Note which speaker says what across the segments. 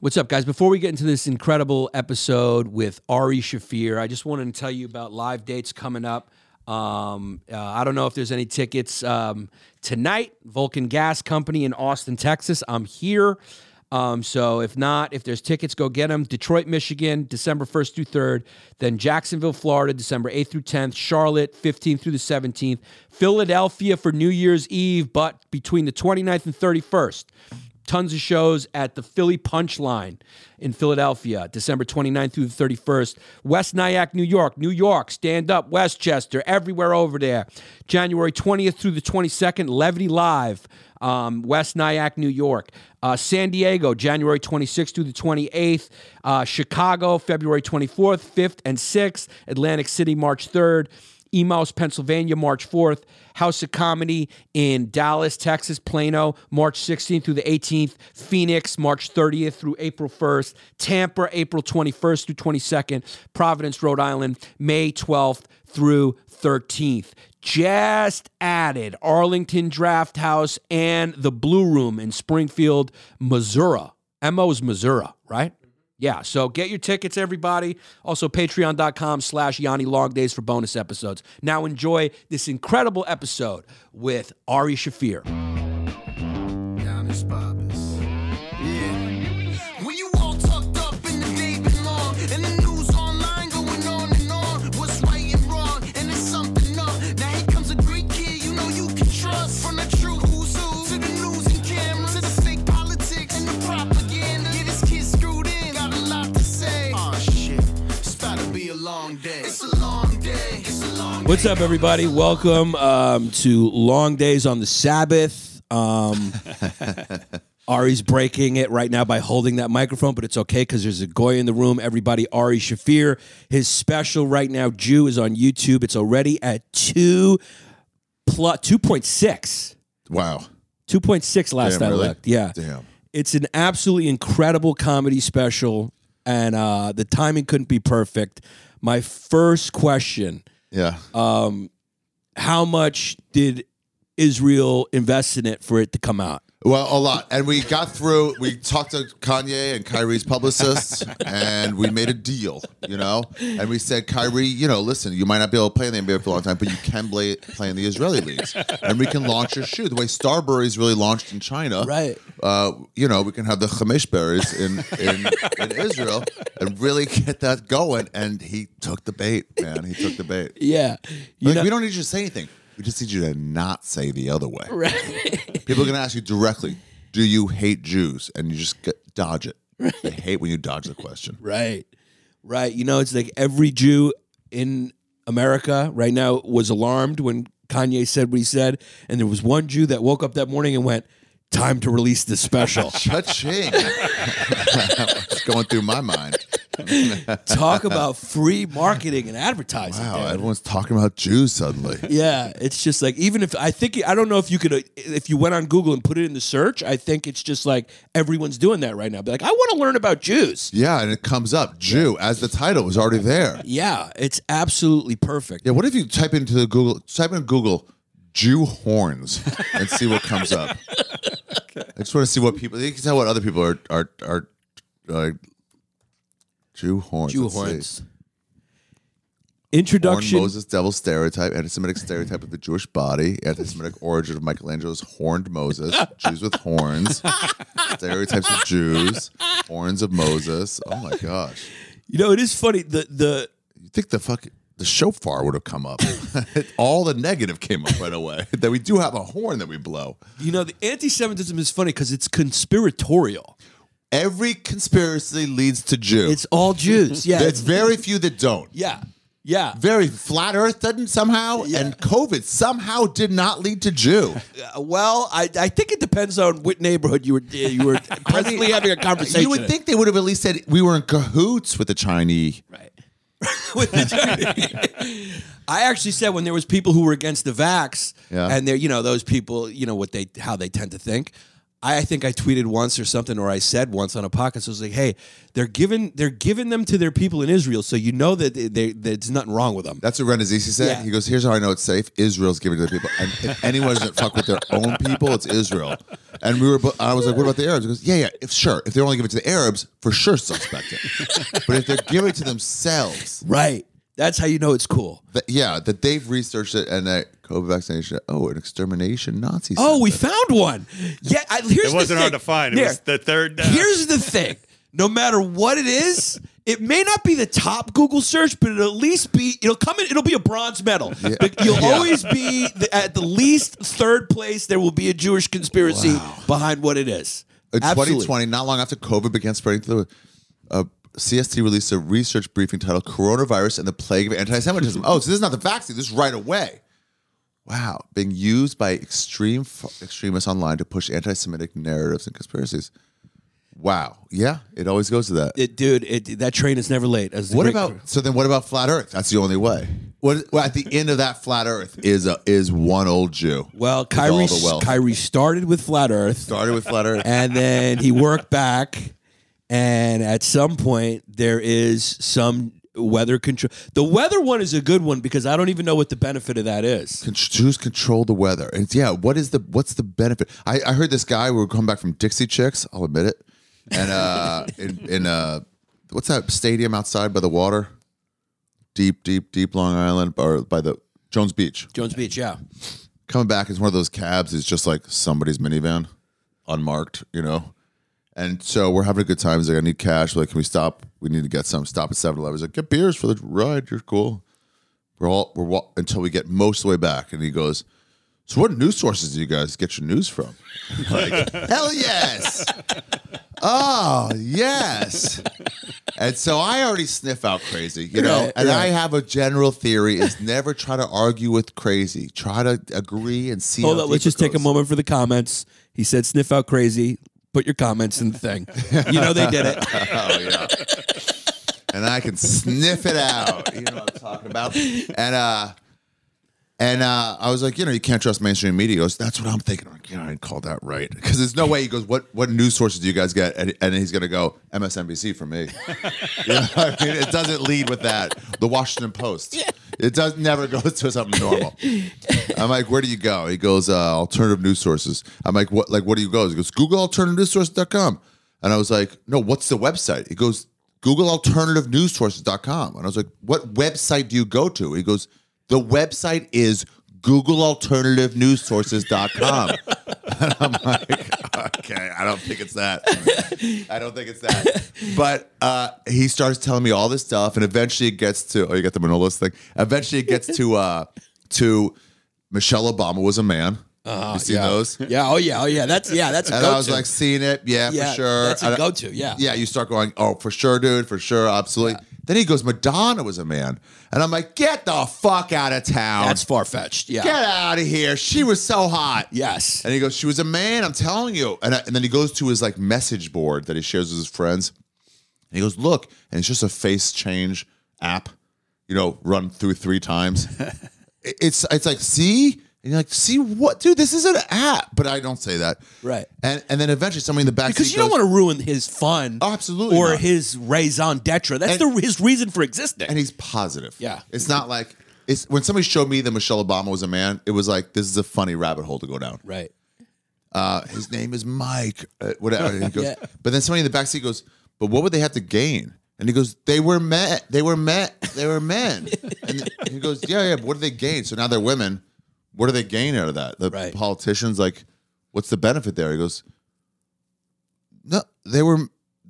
Speaker 1: What's up, guys? Before we get into this incredible episode with Ari Shafir, I just wanted to tell you about live dates coming up. Um, uh, I don't know if there's any tickets um, tonight. Vulcan Gas Company in Austin, Texas. I'm here. Um, so if not, if there's tickets, go get them. Detroit, Michigan, December 1st through 3rd. Then Jacksonville, Florida, December 8th through 10th. Charlotte, 15th through the 17th. Philadelphia for New Year's Eve, but between the 29th and 31st. Tons of shows at the Philly Punchline in Philadelphia, December 29th through the 31st. West Nyack, New York, New York, stand up, Westchester, everywhere over there. January 20th through the 22nd, Levity Live, um, West Nyack, New York. Uh, San Diego, January 26th through the 28th. Uh, Chicago, February 24th, 5th, and 6th. Atlantic City, March 3rd. Emaus, Pennsylvania, March 4th. House of Comedy in Dallas, Texas, Plano, March 16th through the 18th. Phoenix, March 30th through April 1st. Tampa, April 21st through 22nd. Providence, Rhode Island, May 12th through 13th. Just added Arlington Draft House and the Blue Room in Springfield, Missouri. MO's Missouri, right? Yeah, so get your tickets, everybody. Also, patreon.com slash Yanni Long Days for bonus episodes. Now enjoy this incredible episode with Ari Shafir.
Speaker 2: Giannis Bobbins. Yeah. When you all tucked up in the day long, and the news online going on and on. What's right and wrong, and it's something up. Now here comes a great kid you know you can trust. From the true who's who to the news and cameras to the fake politics and the propaganda. Yeah, this kid screwed in, got a lot to say. Oh shit, it's about to be a long day. It's a long day. It's a long
Speaker 1: What's up, everybody? Welcome um, to Long Days on the Sabbath. Um, Ari's breaking it right now by holding that microphone, but it's okay because there's a goy in the room. Everybody, Ari Shafir, his special right now, Jew, is on YouTube. It's already at two plus two point six.
Speaker 3: Wow.
Speaker 1: Two point six last
Speaker 3: Damn,
Speaker 1: I
Speaker 3: really?
Speaker 1: looked. Yeah.
Speaker 3: Damn.
Speaker 1: It's an absolutely incredible comedy special, and uh, the timing couldn't be perfect. My first question
Speaker 3: Yeah.
Speaker 1: how much did Israel invest in it for it to come out?
Speaker 3: well, a lot. And we got through, we talked to Kanye and Kyrie's publicists, and we made a deal, you know? And we said, Kyrie, you know, listen, you might not be able to play in the NBA for a long time, but you can play, play in the Israeli leagues. And we can launch your shoe the way Starberries really launched in China.
Speaker 1: Right.
Speaker 3: Uh, you know, we can have the Chamesh berries in, in, in Israel and really get that going. And he took the bait, man. He took the bait.
Speaker 1: Yeah. You
Speaker 3: Like,
Speaker 1: know,
Speaker 3: we don't need you to say anything. We just need you to not say the other way. People are going to ask you directly, do you hate Jews? And you just get, dodge it. They hate when you dodge the question.
Speaker 1: right. Right. You know, it's like every Jew in America right now was alarmed when Kanye said what he said. And there was one Jew that woke up that morning and went, Time to release this special.
Speaker 3: Cha-ching. It's going through my mind.
Speaker 1: Talk about free marketing and advertising.
Speaker 3: Wow,
Speaker 1: dude.
Speaker 3: everyone's talking about Jews suddenly.
Speaker 1: Yeah, it's just like even if I think I don't know if you could uh, if you went on Google and put it in the search, I think it's just like everyone's doing that right now. Be like, I want to learn about Jews.
Speaker 3: Yeah, and it comes up, Jew, as the title was already there.
Speaker 1: Yeah, it's absolutely perfect.
Speaker 3: Yeah, what if you type into the Google, type in Google, Jew horns, and see what comes up. I just want to see what people. You can tell what other people are are are. Uh, Jew horns.
Speaker 1: Jew
Speaker 3: let's see.
Speaker 1: horns.
Speaker 3: Horn
Speaker 1: Introduction.
Speaker 3: Moses, devil stereotype, anti-Semitic stereotype of the Jewish body, anti-Semitic origin of Michelangelo's horned Moses, Jews with horns, stereotypes of Jews, horns of Moses. Oh my gosh!
Speaker 1: You know, it is funny. The the
Speaker 3: You think the fuck the shofar would have come up? All the negative came up right away. that we do have a horn that we blow.
Speaker 1: you know the anti-Semitism is funny because it's conspiratorial.
Speaker 3: Every conspiracy leads to Jew.
Speaker 1: It's all Jews. Yeah.
Speaker 3: There's
Speaker 1: it's-
Speaker 3: very few that don't.
Speaker 1: yeah. Yeah.
Speaker 3: Very flat Earth didn't somehow,
Speaker 1: Yeah.
Speaker 3: and COVID somehow did not lead to Jew.
Speaker 1: Uh, Well, I, I think it depends on what neighborhood you were uh, you were presently having a conversation.
Speaker 3: You would think they would have at least said we were in cahoots with the Chinese.
Speaker 1: Right. With the Chinese. I actually said when there was people who were against the vax,
Speaker 3: Yeah.
Speaker 1: and they're you know those people, you know what they how they tend to think. I, I think I tweeted once or something, or I said once on a podcast. I was like, "Hey, they're giving they're giving them to their people in Israel, so you know that they, they, there's nothing wrong with them."
Speaker 3: That's what Renazisi said.
Speaker 1: Yeah.
Speaker 3: He goes, "Here's how I know it's safe. Israel's giving it to the people, and if anyone doesn't fuck with their own people, it's Israel." And we were, bo- I was like, "What about the Arabs?" He goes, "Yeah, yeah, if sure, if they only give it to the Arabs, for sure suspect it. but if they're giving it to themselves,
Speaker 1: right. That's how you know it's cool.
Speaker 3: that, yeah, that they've researched it and that COVID vaccination, oh, an extermination Nazi.
Speaker 1: Oh, we
Speaker 3: sentiment.
Speaker 1: found one. Yeah, I, here's
Speaker 4: It wasn't
Speaker 1: the
Speaker 4: hard
Speaker 1: thing.
Speaker 4: to find. It
Speaker 1: Here.
Speaker 4: was the third. Uh,
Speaker 1: Here's the thing. No matter what it is, it may not be the top Google search, but it'll at least be it'll come in. It'll be a bronze medal. But You'll always be the, at the least third place. There will be a Jewish conspiracy behind what it is.
Speaker 3: In
Speaker 1: Absolutely.
Speaker 3: 2020, Uh, not long after COVID began spreading through, uh, CST released a research briefing titled "Coronavirus and the Plague of Anti-Semitism." oh, so this is not the vaccine. This is right away. Wow, being used by extreme f- extremists online to push anti-Semitic narratives and conspiracies. Wow. Yeah, it always goes to that.
Speaker 1: It- dude, it, that train is never late. as the
Speaker 3: what
Speaker 1: great-
Speaker 3: about so then? What about flat Earth? That's the only way. What well, at the end of that flat Earth is a, is one old Jew.
Speaker 1: well,
Speaker 3: with all
Speaker 1: Kyrie?
Speaker 3: the wealth.
Speaker 1: Kyrie started with flat Earth.
Speaker 3: started with flat Earth.
Speaker 1: and then he worked back and at some point there is some weather control the weather one is a good one because i don't even know what the benefit of that is
Speaker 3: Con- Jews control the weather. And it's- yeah, what is the what's the benefit? I, I heard this guy we were coming back from Dixie Chicks. I'll admit it. And uh, in, in uh, what's that stadium outside by the water? Deep, deep, deep Long Island, or by the Jones Beach.
Speaker 1: jones beach yeah
Speaker 3: Coming back is one of those cabs. It's just like somebody's minivan, unmarked, you know. And so we're having a good time. He's like, I need cash. We're like, can we stop? We need to get some. Stop at 7 Eleven. He's like, get beers for the ride. You're cool. We're all, we're wa- until we get most of the way back. And he goes, So what news sources do you guys get your news from? I'm like, hell yes. Oh, yes. And so I already sniff out crazy, you know,
Speaker 1: Right,
Speaker 3: and
Speaker 1: right.
Speaker 3: I have a general theory is never try to argue with crazy. Try to agree and see.
Speaker 1: hold
Speaker 3: how
Speaker 1: on let's
Speaker 3: deep
Speaker 1: just
Speaker 3: it
Speaker 1: take a
Speaker 3: goes.
Speaker 1: moment for the comments he said sniff out crazy put your comments in the thing you know they did it
Speaker 3: Oh yeah. and I can sniff it out. You know what I'm talking about. And uh and uh, I was like, you know, you can't trust mainstream media. He goes, That's what I'm thinking. I'm like, yeah, I called that right. Because there's no way he goes, What what news sources do you guys get? And, and he's gonna go, MSNBC for me. you know what I mean? It doesn't lead with that. The Washington Post. It does never goes to something normal. I'm like, where do you go? He goes, uh, alternative news sources. I'm like, what like what do you go? He goes, Google alternative news sources.com. And I was like, no, what's the website? He goes, Google alternative news sources.com. And I was like, what website do you go to? He goes, the website is Google alternative news sources.com. and I'm like, okay, I don't think it's that. I don't think it's that. But uh, he starts telling me all this stuff, and eventually it gets to oh, you got the Manolos thing. Eventually it gets to uh, to Michelle Obama was a man. you see
Speaker 1: Uh, yeah.
Speaker 3: those?
Speaker 1: yeah oh yeah oh yeah that's yeah that's a
Speaker 3: And
Speaker 1: go-to
Speaker 3: I was like, seeing it, yeah,
Speaker 1: Yeah,
Speaker 3: for sure.
Speaker 1: that's a
Speaker 3: And I-
Speaker 1: go-to, yeah.
Speaker 3: yeah. You start going, oh, for sure, dude, for sure, absolutely. Then he goes, Madonna was a man, and I'm like, get the fuck out of town,
Speaker 1: that's far-fetched yeah
Speaker 3: get out of here. She was so hot.
Speaker 1: yes
Speaker 3: And he goes, she was a man, I'm telling you. And, I, and then he goes to his like message board that he shares with his friends. And he goes, look, and it's just a face change app, you know, run through three times. It- it's it's like, see? And you're like, see what? Dude, this is an app. But I don't say that.
Speaker 1: Right.
Speaker 3: And and then eventually somebody in the back
Speaker 1: because you don't want to ruin his fun
Speaker 3: Oh, absolutely
Speaker 1: or
Speaker 3: not.
Speaker 1: his raison d'etre that's
Speaker 3: And-
Speaker 1: the, his reason for existing
Speaker 3: and he's positive.
Speaker 1: Yeah.
Speaker 3: It's not like it's when somebody showed me that Michelle Obama was a man, it was like, this is a funny rabbit hole to go down.
Speaker 1: right
Speaker 3: uh, his name is Mike, uh, whatever. And he goes,
Speaker 1: Yeah.
Speaker 3: But then somebody in the backseat goes, but what would they have to gain? And he goes, they were met, they were met, they were men. and he goes, yeah, yeah, but what do they gain? So now they're women. What do they gain out of that? The
Speaker 1: Right.
Speaker 3: politicians, like, what's the benefit there? He goes, no, they were,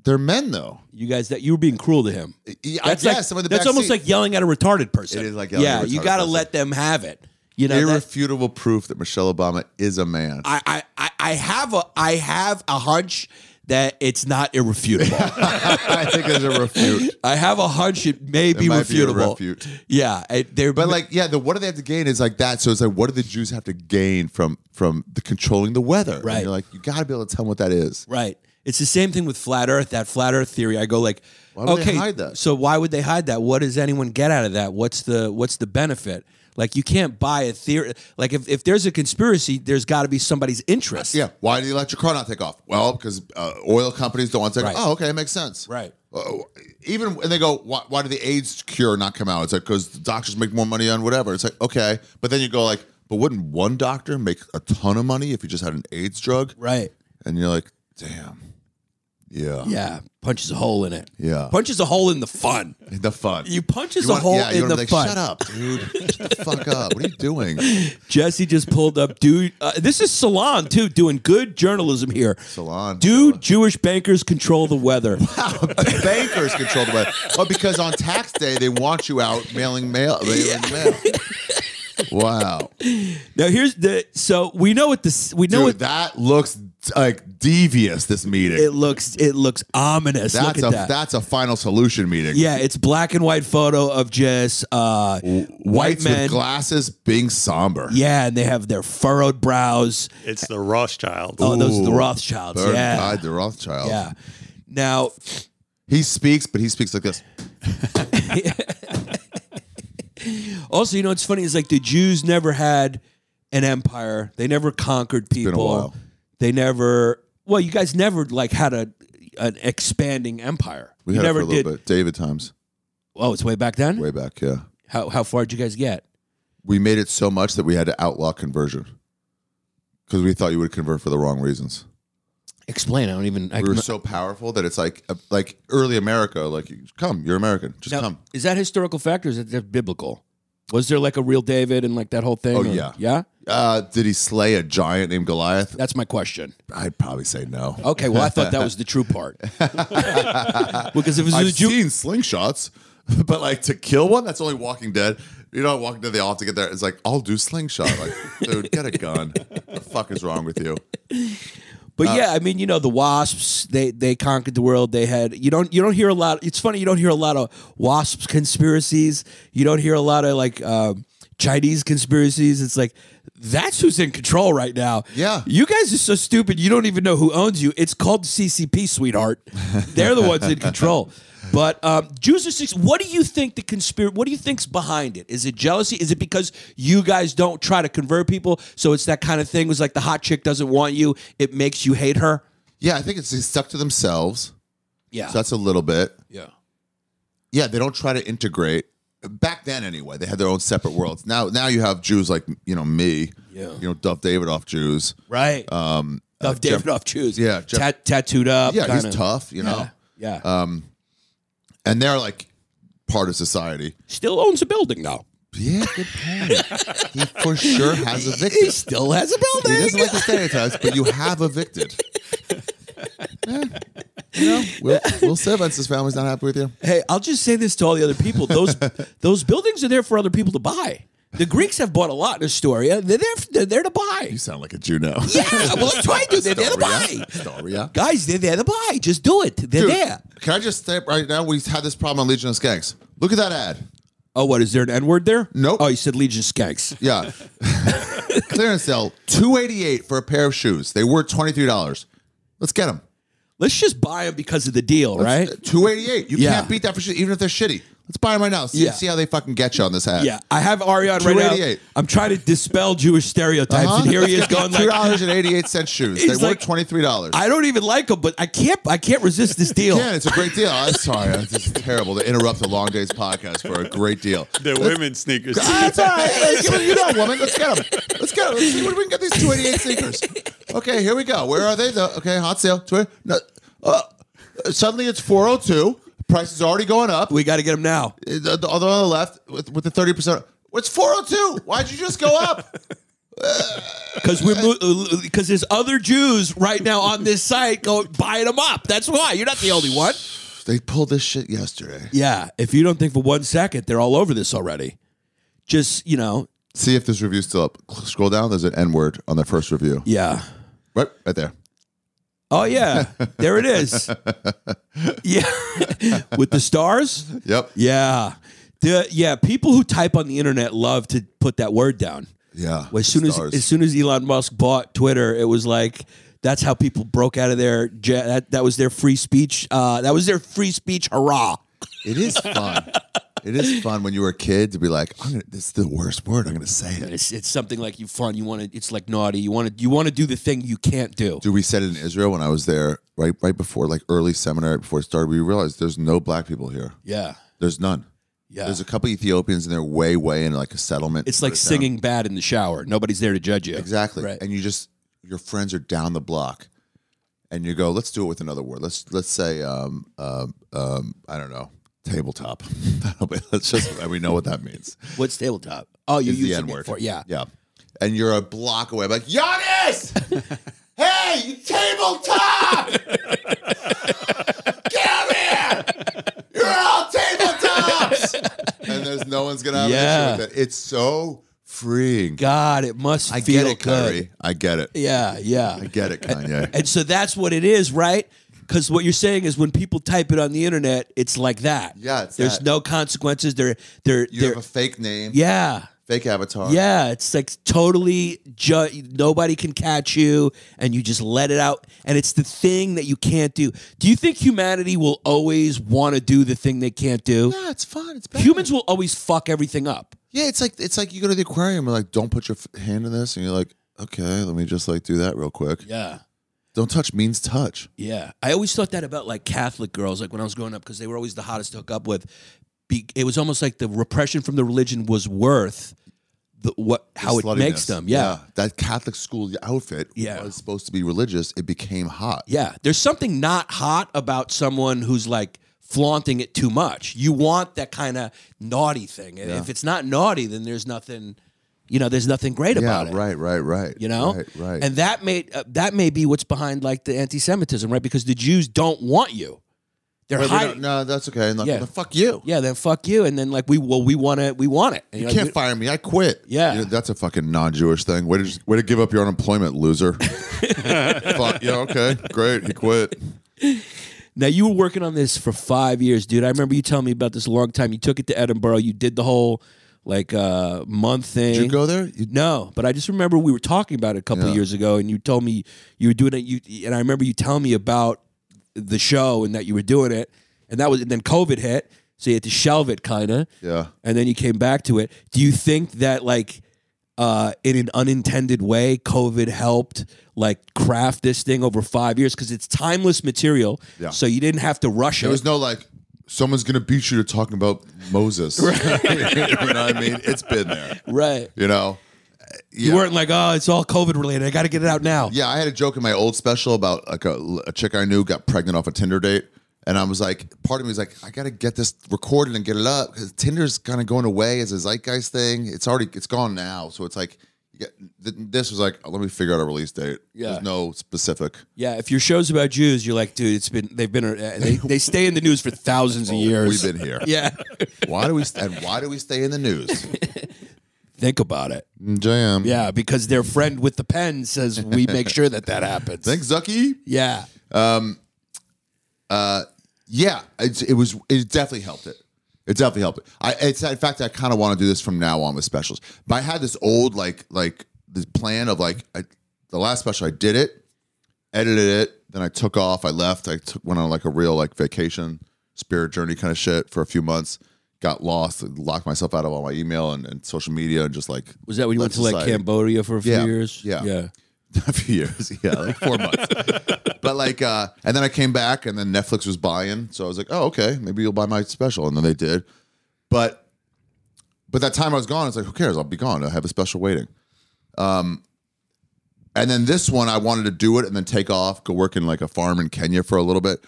Speaker 3: they're men though.
Speaker 1: You guys, that you were being cruel to him.
Speaker 3: Yeah, I
Speaker 1: That's
Speaker 3: guess
Speaker 1: like,
Speaker 3: someone in the
Speaker 1: that's
Speaker 3: back
Speaker 1: almost
Speaker 3: seat-
Speaker 1: like yelling at a retarded person.
Speaker 3: It is like yelling
Speaker 1: yeah,
Speaker 3: at a
Speaker 1: you
Speaker 3: retarded
Speaker 1: got to
Speaker 3: person.
Speaker 1: let them have it. You know, that-
Speaker 3: Irrefutable proof that Michelle Obama is a man.
Speaker 1: I, I, I, I have a, I have a hunch that it's not irrefutable.
Speaker 3: I think there's a refute.
Speaker 1: I have a hunch it may be
Speaker 3: might be a
Speaker 1: refutable.
Speaker 3: refute.
Speaker 1: Yeah, it, they're
Speaker 3: But like, yeah, the what do they have to gain is like that. So it's like, what do the Jews have to gain from from the controlling the weather? And
Speaker 1: Right.
Speaker 3: you're like, you got to be able to tell them what that is.
Speaker 1: Right. It's the same thing with flat Earth. That flat Earth theory. I go like,
Speaker 3: Why would they
Speaker 1: okay,
Speaker 3: hide that?
Speaker 1: so why would they hide that? What does anyone get out of that? What's the what's the benefit? Like you can't buy a theory. Like if, if there's a conspiracy, there's got to be somebody's interest.
Speaker 3: Yeah. Why did the electric car not take off? Well, because uh, oil companies don't want to take
Speaker 1: Right.
Speaker 3: off. Oh, okay. It makes sense.
Speaker 1: Right.
Speaker 3: Oh, even and they go, why, why did the AIDS cure not come out? It's like, because doctors make more money on whatever. It's like, okay. But then you go, like, but wouldn't one doctor make a ton of money if he just had an AIDS drug?
Speaker 1: Right.
Speaker 3: And you're like, damn. Yeah.
Speaker 1: Yeah. Punches a hole in it.
Speaker 3: Yeah.
Speaker 1: Punches a hole in the fun.
Speaker 3: The fun.
Speaker 1: You punches a
Speaker 3: wanna-
Speaker 1: hole
Speaker 3: yeah, you
Speaker 1: in
Speaker 3: wanna
Speaker 1: the
Speaker 3: be like,
Speaker 1: fun.
Speaker 3: Shut up, dude. Shut the fuck up. What are you doing?
Speaker 1: Jesse just pulled up. Dude, uh, this is Salon too, doing good journalism here.
Speaker 3: Salon.
Speaker 1: Do Jewish bankers control the weather?
Speaker 3: bankers control the weather. Oh, because on tax day they want you out mailing mail. Mailing mail. Wow,
Speaker 1: now here's the. So we know what this. We know
Speaker 3: dude,
Speaker 1: what
Speaker 3: that looks like devious. This meeting.
Speaker 1: it looks. It looks ominous.
Speaker 3: that's
Speaker 1: Look
Speaker 3: a
Speaker 1: at that.
Speaker 3: that's a final solution meeting.
Speaker 1: Yeah, it's black and white photo of just uh, white
Speaker 3: Whites
Speaker 1: men.
Speaker 3: with glasses being somber.
Speaker 1: yeah, and they have their furrowed brows.
Speaker 4: It's the Rothschilds.
Speaker 1: Oh, those are the
Speaker 3: Ooh.
Speaker 1: Rothschilds.
Speaker 3: Third
Speaker 1: yeah,
Speaker 3: eye, the Rothschild.
Speaker 1: yeah. Now,
Speaker 3: He speaks, but he speaks like this.
Speaker 1: also, you know what's funny is like the Jews never had an empire. They never conquered people.
Speaker 3: a while.
Speaker 1: They never. Well, you guys never like had a an expanding empire.
Speaker 3: We
Speaker 1: you
Speaker 3: had it
Speaker 1: never
Speaker 3: for a little
Speaker 1: did.
Speaker 3: bit. David times.
Speaker 1: Oh, it's way back then.
Speaker 3: Way back, yeah.
Speaker 1: How how far did you guys get?
Speaker 3: We made it so much that we had to outlaw conversion. Because we thought you would convert for the wrong reasons.
Speaker 1: Explain. I don't even. I,
Speaker 3: we were so powerful that it's like uh, like early America, like you- come, you're American, just
Speaker 1: Now,
Speaker 3: come.
Speaker 1: Is that historical fact or is that biblical? Was there like a real David and like that whole thing?
Speaker 3: Oh,
Speaker 1: or-
Speaker 3: yeah.
Speaker 1: Yeah?
Speaker 3: Uh, did he slay a giant named Goliath?
Speaker 1: That's my question.
Speaker 3: I'd probably say no.
Speaker 1: Okay, well, I thought that was the true part. because if it was
Speaker 3: I've
Speaker 1: a Jew.
Speaker 3: seen slingshots, but like to kill one, that's only Walking Dead. You know, Walking Dead, they all have to get there. It's like I'll do slingshot. Like, dude, get a gun. What the fuck is wrong with you?
Speaker 1: But
Speaker 3: uh,
Speaker 1: yeah, I mean, you know, the wasps, they they conquered the world. They had you don't you don't hear a lot. It's funny, you don't hear a lot of wasps conspiracies. You don't hear a lot of like um, Chinese conspiracies. It's like that's who's in control right now.
Speaker 3: Yeah.
Speaker 1: You guys are so stupid. You don't even know who owns you. It's called CCP, sweetheart. They're the ones in control. But um, Jews are six. What do you think the conspiracy? What do you think's behind it? Is it jealousy? Is it because you guys don't try to convert people? So it's that kind of thing. Was like the hot chick doesn't want you. It makes you hate her.
Speaker 3: Yeah, I think it's they stuck to themselves.
Speaker 1: Yeah.
Speaker 3: So that's a little bit.
Speaker 1: yeah.
Speaker 3: Yeah, they don't try to integrate. Back then, anyway, they had their own separate worlds. Now, now you have Jews like you know me,
Speaker 1: Yeah.
Speaker 3: you know Duff Davidoff Jews.
Speaker 1: Right.
Speaker 3: Um,
Speaker 1: of Davidoff Jews.
Speaker 3: yeah, Jeff-
Speaker 1: Ta- tattooed up.
Speaker 3: yeah, he's
Speaker 1: kinda.
Speaker 3: tough, Uh, you know. Um,
Speaker 1: Yeah. yeah.
Speaker 3: And they're like part of society.
Speaker 1: Still owns a building though.
Speaker 3: Yeah, good point. he for sure has a
Speaker 1: He
Speaker 3: victim.
Speaker 1: still has a
Speaker 3: He
Speaker 1: building.
Speaker 3: doesn't like the stereotypes, but you have evicted. Eh, you know, Will, Will Simmons, his family's not happy with you.
Speaker 1: Hey, I'll just say this to all the other people: those those buildings are there for other people to buy. The Greeks have bought a lot in Astoria. They're there. They're there to buy.
Speaker 3: You sound like a Jew now.
Speaker 1: Yeah, well, that's what I do. They're there to
Speaker 3: Storia.
Speaker 1: buy.
Speaker 3: Storia.
Speaker 1: Guys, they're there to buy. Just do it. They're
Speaker 3: Dude,
Speaker 1: there.
Speaker 3: Can I just say right now? We had this problem on Legion of Skanks. Look at that ad.
Speaker 1: Oh, what is there an N word there?
Speaker 3: Nope.
Speaker 1: Oh, you said Legion Skanks.
Speaker 3: Yeah. Clearance sale, two eighty eight for a pair of shoes. They were twenty three dollars. Let's get them.
Speaker 1: Let's just buy them because of the deal, right?
Speaker 3: Two eighty eight. You
Speaker 1: Yeah.
Speaker 3: can't beat that for shit, even if they're shitty. Let's buy them right now. See,
Speaker 1: Yeah.
Speaker 3: see how they fucking get you on this ad.
Speaker 1: Yeah, I have Arion right now.
Speaker 3: 288.
Speaker 1: I'm trying to dispel Jewish stereotypes,
Speaker 3: Uh-huh.
Speaker 1: and here he is going
Speaker 3: two
Speaker 1: like,
Speaker 3: dollars and eighty eight cent shoes. They
Speaker 1: He's
Speaker 3: were
Speaker 1: like-
Speaker 3: twenty three dollars.
Speaker 1: "I don't even like them, but I can't. I can't resist this deal."
Speaker 3: Yeah, it's a great deal. I'm sorry, it's just terrible to interrupt a long day's podcast for a great deal.
Speaker 4: The women's sneakers.
Speaker 3: Ah, That's all right. Hey, give it- you know, woman. Let's get them. Let's get them. Let's see where we can get these 288 sneakers. Okay, here we go. Where are they? though? okay, hot sale. Twi- no, uh, suddenly it's 402. Price is already going up.
Speaker 1: We got to get them now.
Speaker 3: Uh, The, the other on the left with, with the 30%. It's 402. Why'd you just go up?
Speaker 1: because we because uh, there's other Jews right now on this site going buying them up. That's why you're not the only one.
Speaker 3: They pulled this shit yesterday.
Speaker 1: Yeah, if you don't think for one second they're all over this already, just you know,
Speaker 3: See if this review's still up. Scroll down. There's an N word on the first review.
Speaker 1: yeah.
Speaker 3: Right, right there.
Speaker 1: Oh yeah, there it is. Yeah, with the stars.
Speaker 3: Yep.
Speaker 1: Yeah, the yeah people who type on the internet love to put that word down.
Speaker 3: Yeah.
Speaker 1: Well, as soon as
Speaker 3: Stars.
Speaker 1: as soon as Elon Musk bought Twitter, it was like that's how people broke out of their ja- that that was their free speech. Uh, that was their free speech. Hurrah!
Speaker 3: It is fun. It is fun when you were a kid to be like, I'm gonna, this is the worst word. I'm going to say it.
Speaker 1: It's, it's something like you fun. You want to. It's like naughty. You want to. You want to do the thing you can't do.
Speaker 3: Dude, we said it in Israel when I was there, right right before like early seminary before it started. We realized there's no black people here.
Speaker 1: Yeah.
Speaker 3: There's none.
Speaker 1: Yeah.
Speaker 3: There's a couple Ethiopians and they're way way in like a settlement.
Speaker 1: it's like
Speaker 3: Right down.
Speaker 1: singing bad in the shower. Nobody's there to judge you.
Speaker 3: Exactly.
Speaker 1: Right.
Speaker 3: And you just your friends are down the block, and you go, let's do it with another word. Let's let's say, um, um, um, I don't know, tabletop. That'll be- let's just and we know what that means.
Speaker 1: What's tabletop? Oh, you're
Speaker 3: It's the
Speaker 1: using
Speaker 3: N
Speaker 1: it
Speaker 3: word.
Speaker 1: for yeah.
Speaker 3: Yeah. And you're a block away, like Giannis. hey, you tabletop. Get out here. You're all tabletops. and there's no one's gonna have
Speaker 1: Yeah.
Speaker 3: an issue with it. It's so freeing.
Speaker 1: God, it must
Speaker 3: I
Speaker 1: feel
Speaker 3: get it,
Speaker 1: good.
Speaker 3: Kyrie. I get it.
Speaker 1: Yeah, yeah.
Speaker 3: I get it, Kanye.
Speaker 1: And so that's what it is, right? Because what you're saying is when people type it on the internet, it's like that.
Speaker 3: Yeah, it's
Speaker 1: there's
Speaker 3: that.
Speaker 1: no consequences. They're they're
Speaker 3: you
Speaker 1: they're
Speaker 3: have a fake name,
Speaker 1: yeah.
Speaker 3: fake avatar.
Speaker 1: Yeah, it's like totally ju- nobody can catch you and you just let it out and it's the thing that you can't do. Do you think humanity will always want to do the thing they can't do?
Speaker 3: Yeah, it's fun. It's bad.
Speaker 1: Humans will always fuck everything up.
Speaker 3: Yeah, it's like it's like you go to the aquarium and like, don't put your f- hand in this, and you're like, okay, let me just like do that real quick.
Speaker 1: Yeah.
Speaker 3: Don't touch means touch.
Speaker 1: Yeah, I always thought that about like Catholic girls, like when I was growing up, because they were always the hottest to hook up with. Be- it was almost like the repression from the religion was worth the what how it
Speaker 3: sluttiness.
Speaker 1: makes them. Yeah.
Speaker 3: that Catholic school outfit
Speaker 1: Yeah.
Speaker 3: was supposed to be religious. It became hot.
Speaker 1: yeah, There's something not hot about someone who's like flaunting it too much. You want that kind of naughty thing. And If it's not naughty, then there's nothing, you know, there's nothing great about
Speaker 3: Yeah,
Speaker 1: it.
Speaker 3: right, right, right.
Speaker 1: You know,
Speaker 3: right, right.
Speaker 1: and that may uh, that may be what's behind like the anti-Semitism, right? Because the Jews don't want you; they're
Speaker 3: Wait, we
Speaker 1: hiding.
Speaker 3: don't- no, that's okay. And like,
Speaker 1: Yeah.
Speaker 3: well, then fuck you.
Speaker 1: yeah, then fuck you. And then like we well we want to we want it. And
Speaker 3: You
Speaker 1: you're like,
Speaker 3: can't
Speaker 1: we-
Speaker 3: fire me. I quit.
Speaker 1: Yeah.
Speaker 3: You know, that's a fucking non-Jewish thing. Way to just, way to give up your unemployment, loser. Fuck yeah. Okay, great. He quit.
Speaker 1: now you were working on this for five years, dude. I remember you telling me about this a long time. You took it to Edinburgh. You did the whole like uh, month thing.
Speaker 3: Did you go there? You,
Speaker 1: No, but I just remember we were talking about it a couple of years ago, and you told me you were doing it. You and I remember you telling me about the show and that you were doing it, and that was and then COVID hit, so you had to shelve it, kind of.
Speaker 3: yeah.
Speaker 1: and then you came back to it. Do you think that like uh, in an unintended way, COVID helped like craft this thing over five years because it's timeless material.
Speaker 3: Yeah.
Speaker 1: So you didn't have to rush
Speaker 3: There
Speaker 1: it.
Speaker 3: was no like, someone's gonna beat you to talking about Moses. you know what I mean? It's been there.
Speaker 1: right.
Speaker 3: You know.
Speaker 1: You weren't like, oh, it's all COVID related. I got to get it out now.
Speaker 3: Yeah, I had a joke in my old special about like a, a chick I knew got pregnant off a Tinder date, and I was like, part of me was like, I gotta get this recorded and get it up because Tinder's kind of going away as a zeitgeist thing. It's already it's gone now, so it's like, you get, th- this was like, let me figure out a release date.
Speaker 1: Yeah.
Speaker 3: There's no specific.
Speaker 1: Yeah. If your show's about Jews, you're like, dude, it's been they've been uh, they, they stay in the news for thousands of years.
Speaker 3: We've been here.
Speaker 1: yeah.
Speaker 3: Why do we st- and why do we stay in the news?
Speaker 1: Think about it.
Speaker 3: Jam.
Speaker 1: Yeah, because their friend with the pen says we make sure that that happens.
Speaker 3: Thanks, Zucky.
Speaker 1: yeah.
Speaker 3: Yeah, it's, it was. It definitely helped it. It definitely helped it. I, it's in fact, I kind of want to do this from now on with specials. But I had this old like like this plan of like I, the last special I did it, edited it, then I took off. I left. I took went on like a real like vacation, spirit journey kind of shit for a few months. Got lost, locked myself out of all my email and, and social media, and just like
Speaker 1: Was that when you went
Speaker 3: left
Speaker 1: to like
Speaker 3: society.
Speaker 1: Cambodia for a few
Speaker 3: Yeah,
Speaker 1: years?
Speaker 3: yeah.
Speaker 1: Yeah.
Speaker 3: a few years, yeah, like four months. But like, uh, and then I came back, and then Netflix was buying, so I was like, oh, okay, maybe you'll buy my special, and then they did. But, but that time I was gone, it's like, who cares? I'll be gone. I have a special waiting. Um, and then this one, I wanted to do it and then take off, go work in like a farm in Kenya for a little bit.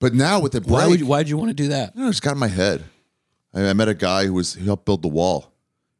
Speaker 3: But now with the break,
Speaker 1: Why would you, why'd you want to do that?
Speaker 3: I don't know, it just got in my head. I, I met a guy who was who helped build the wall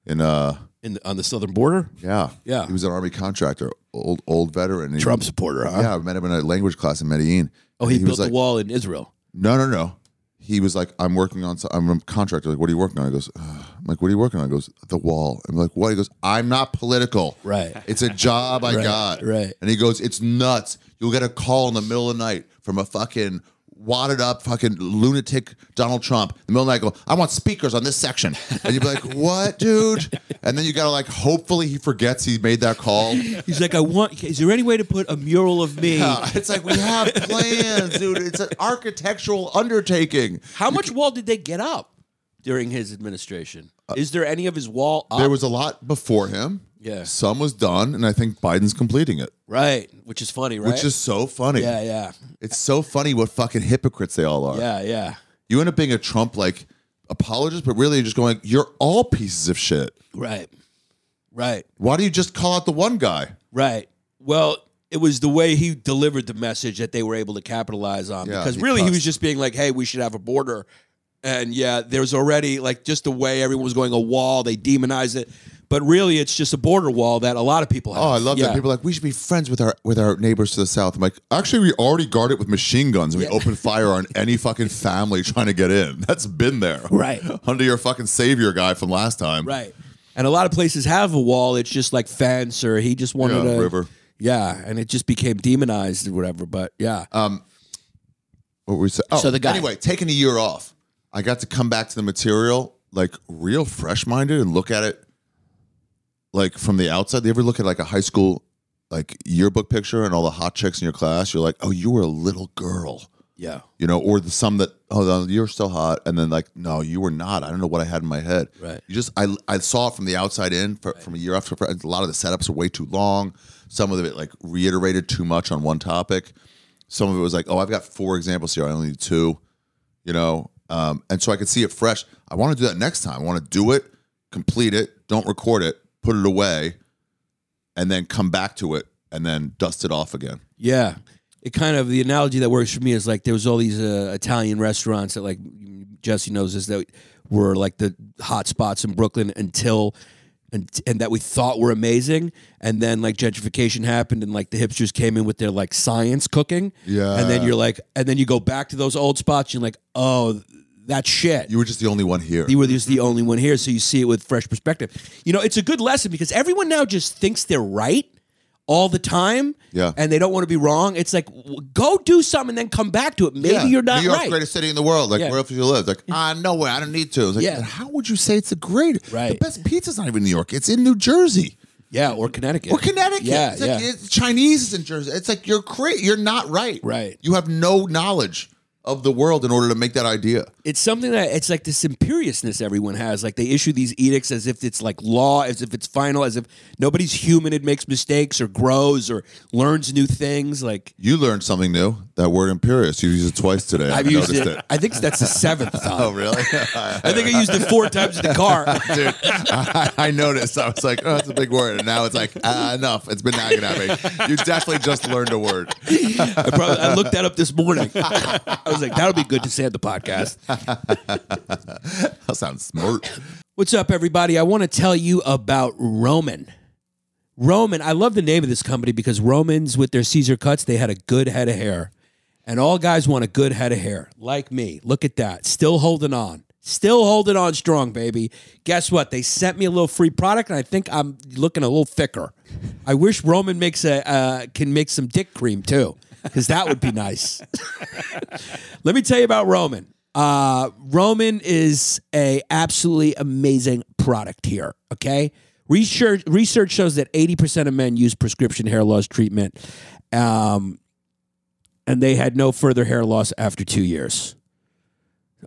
Speaker 3: in uh
Speaker 1: In the, on the southern border?
Speaker 3: yeah
Speaker 1: Yeah.
Speaker 3: he was an army contractor old old veteran He-
Speaker 1: Trump supporter, huh?
Speaker 3: yeah, I met him in a language class in Medellin.
Speaker 1: Oh, he,
Speaker 3: And
Speaker 1: built
Speaker 3: was like,
Speaker 1: the wall in Israel.
Speaker 3: No, no, no. He was like, I'm working on. so- I'm a contractor. Like, what are you working on? He goes, Ugh. I'm like, what are you working on? He goes, the wall. I'm like, what? He goes, I'm not political.
Speaker 1: Right.
Speaker 3: It's a job I got.
Speaker 1: right.
Speaker 3: And he goes, it's nuts. You'll get a call in the middle of the night from a fucking wadded up fucking lunatic Donald Trump. In the middle of the night, I go, I want speakers on this section. And you'd be like, what, dude? And then you gotta like, hopefully he forgets he made that call.
Speaker 1: He's like, I want. Is there any way to put a mural of me?
Speaker 3: Yeah, Uh, it's like we have plans, dude. It's an architectural undertaking.
Speaker 1: How much wall did they get up? during his administration? Is Uh, there any of his wall up?
Speaker 3: There was a lot before him.
Speaker 1: Yeah.
Speaker 3: Some was done, and I think Biden's completing it,
Speaker 1: right, which is funny, right?
Speaker 3: which is so funny.
Speaker 1: yeah, yeah,
Speaker 3: It's so funny what fucking hypocrites they all are.
Speaker 1: yeah, yeah.
Speaker 3: You end up being a Trump like apologist, but really you're just going, you're all pieces of shit.
Speaker 1: Right, right.
Speaker 3: Why do you just call out the one guy?
Speaker 1: Right. Well, it was the way he delivered the message that they were able to capitalize on.
Speaker 3: Yeah,
Speaker 1: because
Speaker 3: he
Speaker 1: really, he was
Speaker 3: cussed.
Speaker 1: just being like, "Hey, we should have a border." And yeah, there's already like just the way everyone was going a wall. They demonize it, but really, it's just a border wall that a lot of people have.
Speaker 3: Oh, I love
Speaker 1: yeah.
Speaker 3: that. People are like, we should be friends with our with our neighbors to the south. I'm like, actually, we already guard it with machine guns and we open fire on any fucking family trying to get in. That's been there.
Speaker 1: Right.
Speaker 3: Under your fucking savior guy from last time.
Speaker 1: right. And a lot of places have a wall. It's just like fence, or he just wanted
Speaker 3: Yeah,
Speaker 1: a
Speaker 3: river.
Speaker 1: Yeah, and it just became demonized or whatever. But yeah,
Speaker 3: Um, What were we saying? Oh,
Speaker 1: So the guy-
Speaker 3: Anyway, taking a year off, I got to come back to the material like real fresh minded and look at it like from the outside. They ever look at like a high school like yearbook picture and all the hot chicks in your class? You're like, oh, you were a little girl.
Speaker 1: yeah,
Speaker 3: you know, or the some that oh no, you're so hot, and then like no, you were not. I don't know what I had in my head.
Speaker 1: Right.
Speaker 3: You just I I saw it from the outside in for, from a year after. A lot of the setups are way too long. Some of it like reiterated too much on one topic. Some of it was like oh I've got four examples here. I only need two. You know, um, and so I could see it fresh. I want to do that next time. I want to do it, complete it, don't record it, put it away, and then come back to it and then dust it off again.
Speaker 1: Yeah. It kind of the analogy that works for me is like there was all these uh, Italian restaurants that like Jesse knows this that were like the hot spots in Brooklyn until and, and that we thought were amazing and then like gentrification happened and like the hipsters came in with their like science cooking
Speaker 3: Yeah.
Speaker 1: and then you're like and then you go back to those old spots and you're like oh that's shit
Speaker 3: You were just the only one here.
Speaker 1: you were just the only one here, so you see it with fresh perspective. You know, it's a good lesson because everyone now just thinks they're right all the time.
Speaker 3: Yeah.
Speaker 1: And they don't want to be wrong. It's like, w- go do something and then come back to it. Maybe
Speaker 3: Yeah,
Speaker 1: you're not
Speaker 3: New York,
Speaker 1: right.
Speaker 3: greatest city in the world. Like
Speaker 1: Yeah.
Speaker 3: where else would you live? Like ah, nowhere. I don't need to. It's like,
Speaker 1: Yeah.
Speaker 3: "Then how would you say it's a great? The
Speaker 1: Right.
Speaker 3: best pizza's not even in New York. It's in New Jersey
Speaker 1: Yeah, or Connecticut.
Speaker 3: or Connecticut.
Speaker 1: Yeah,
Speaker 3: it's
Speaker 1: yeah.
Speaker 3: like, it's Chinese is in Jersey. It's like you're crazy. You're not right.
Speaker 1: Right.
Speaker 3: You have no knowledge of the world in order to make that idea.
Speaker 1: it's something that it's like this imperiousness everyone has. Like they issue these edicts as if it's like law, as if it's final, as if nobody's human and makes mistakes or grows or learns new things. Like
Speaker 3: You learned something new. That word imperious. You used it twice today.
Speaker 1: I've
Speaker 3: I
Speaker 1: used
Speaker 3: noticed
Speaker 1: it, I think that's the seventh time.
Speaker 3: Oh really?
Speaker 1: I think I used it four times in the car.
Speaker 3: Dude, I, I noticed. I was like, "Oh, that's a big word," and now it's like, uh, "Enough! It's been nagging at me." You definitely just learned a word.
Speaker 1: I, probably, I looked that up this morning. I was like, that'll be good to say at the podcast.
Speaker 3: That sounds smart.
Speaker 1: What's up, everybody? I want to tell you about Roman. Roman, I love the name of this company because Romans, with their Caesar cuts, they had a good head of hair. And all guys want a good head of hair, like me. Look at that. Still holding on. Still holding on strong, baby. Guess what? They sent me a little free product, and I think I'm looking a little thicker. I wish Roman makes a uh, can make some dick cream too, because that would be nice. Let me tell you about Roman. Uh, Roman is a absolutely amazing product here. Okay, research research shows that eighty percent of men use prescription hair loss treatment, um, and they had no further hair loss after two years.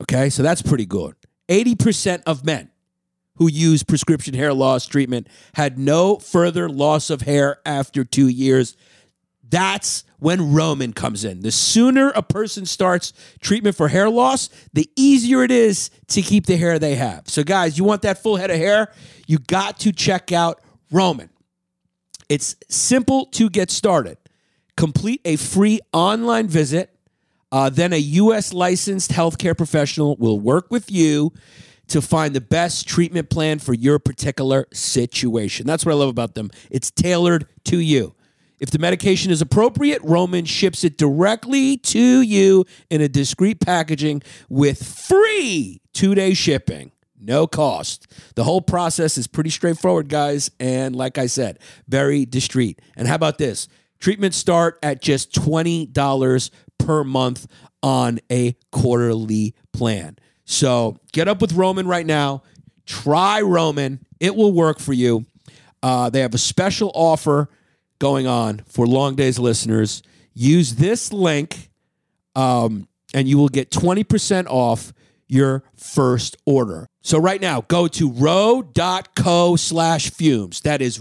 Speaker 1: Okay, so that's pretty good. Eighty percent of men who use prescription hair loss treatment had no further loss of hair after two years. That's when Roman comes in. The sooner a person starts treatment for hair loss, the easier it is to keep the hair they have. So, guys, you want that full head of hair? You got to check out Roman. It's simple to get started. Complete a free online visit. Uh, then a U.S. licensed healthcare professional will work with you to find the best treatment plan for your particular situation. That's what I love about them. It's tailored to you. If the medication is appropriate, Roman ships it directly to you in a discreet packaging with free two day shipping. No cost. The whole process is pretty straightforward, guys. And like I said, very discreet. And how about this? Treatments start at just $20 per month on a quarterly plan. So get up with Roman right now. Try Roman, it will work for you. Uh, they have a special offer going on for Long Days listeners. Use this link um, and you will get 20% off your first order. So right now, go to row.co slash fumes. That is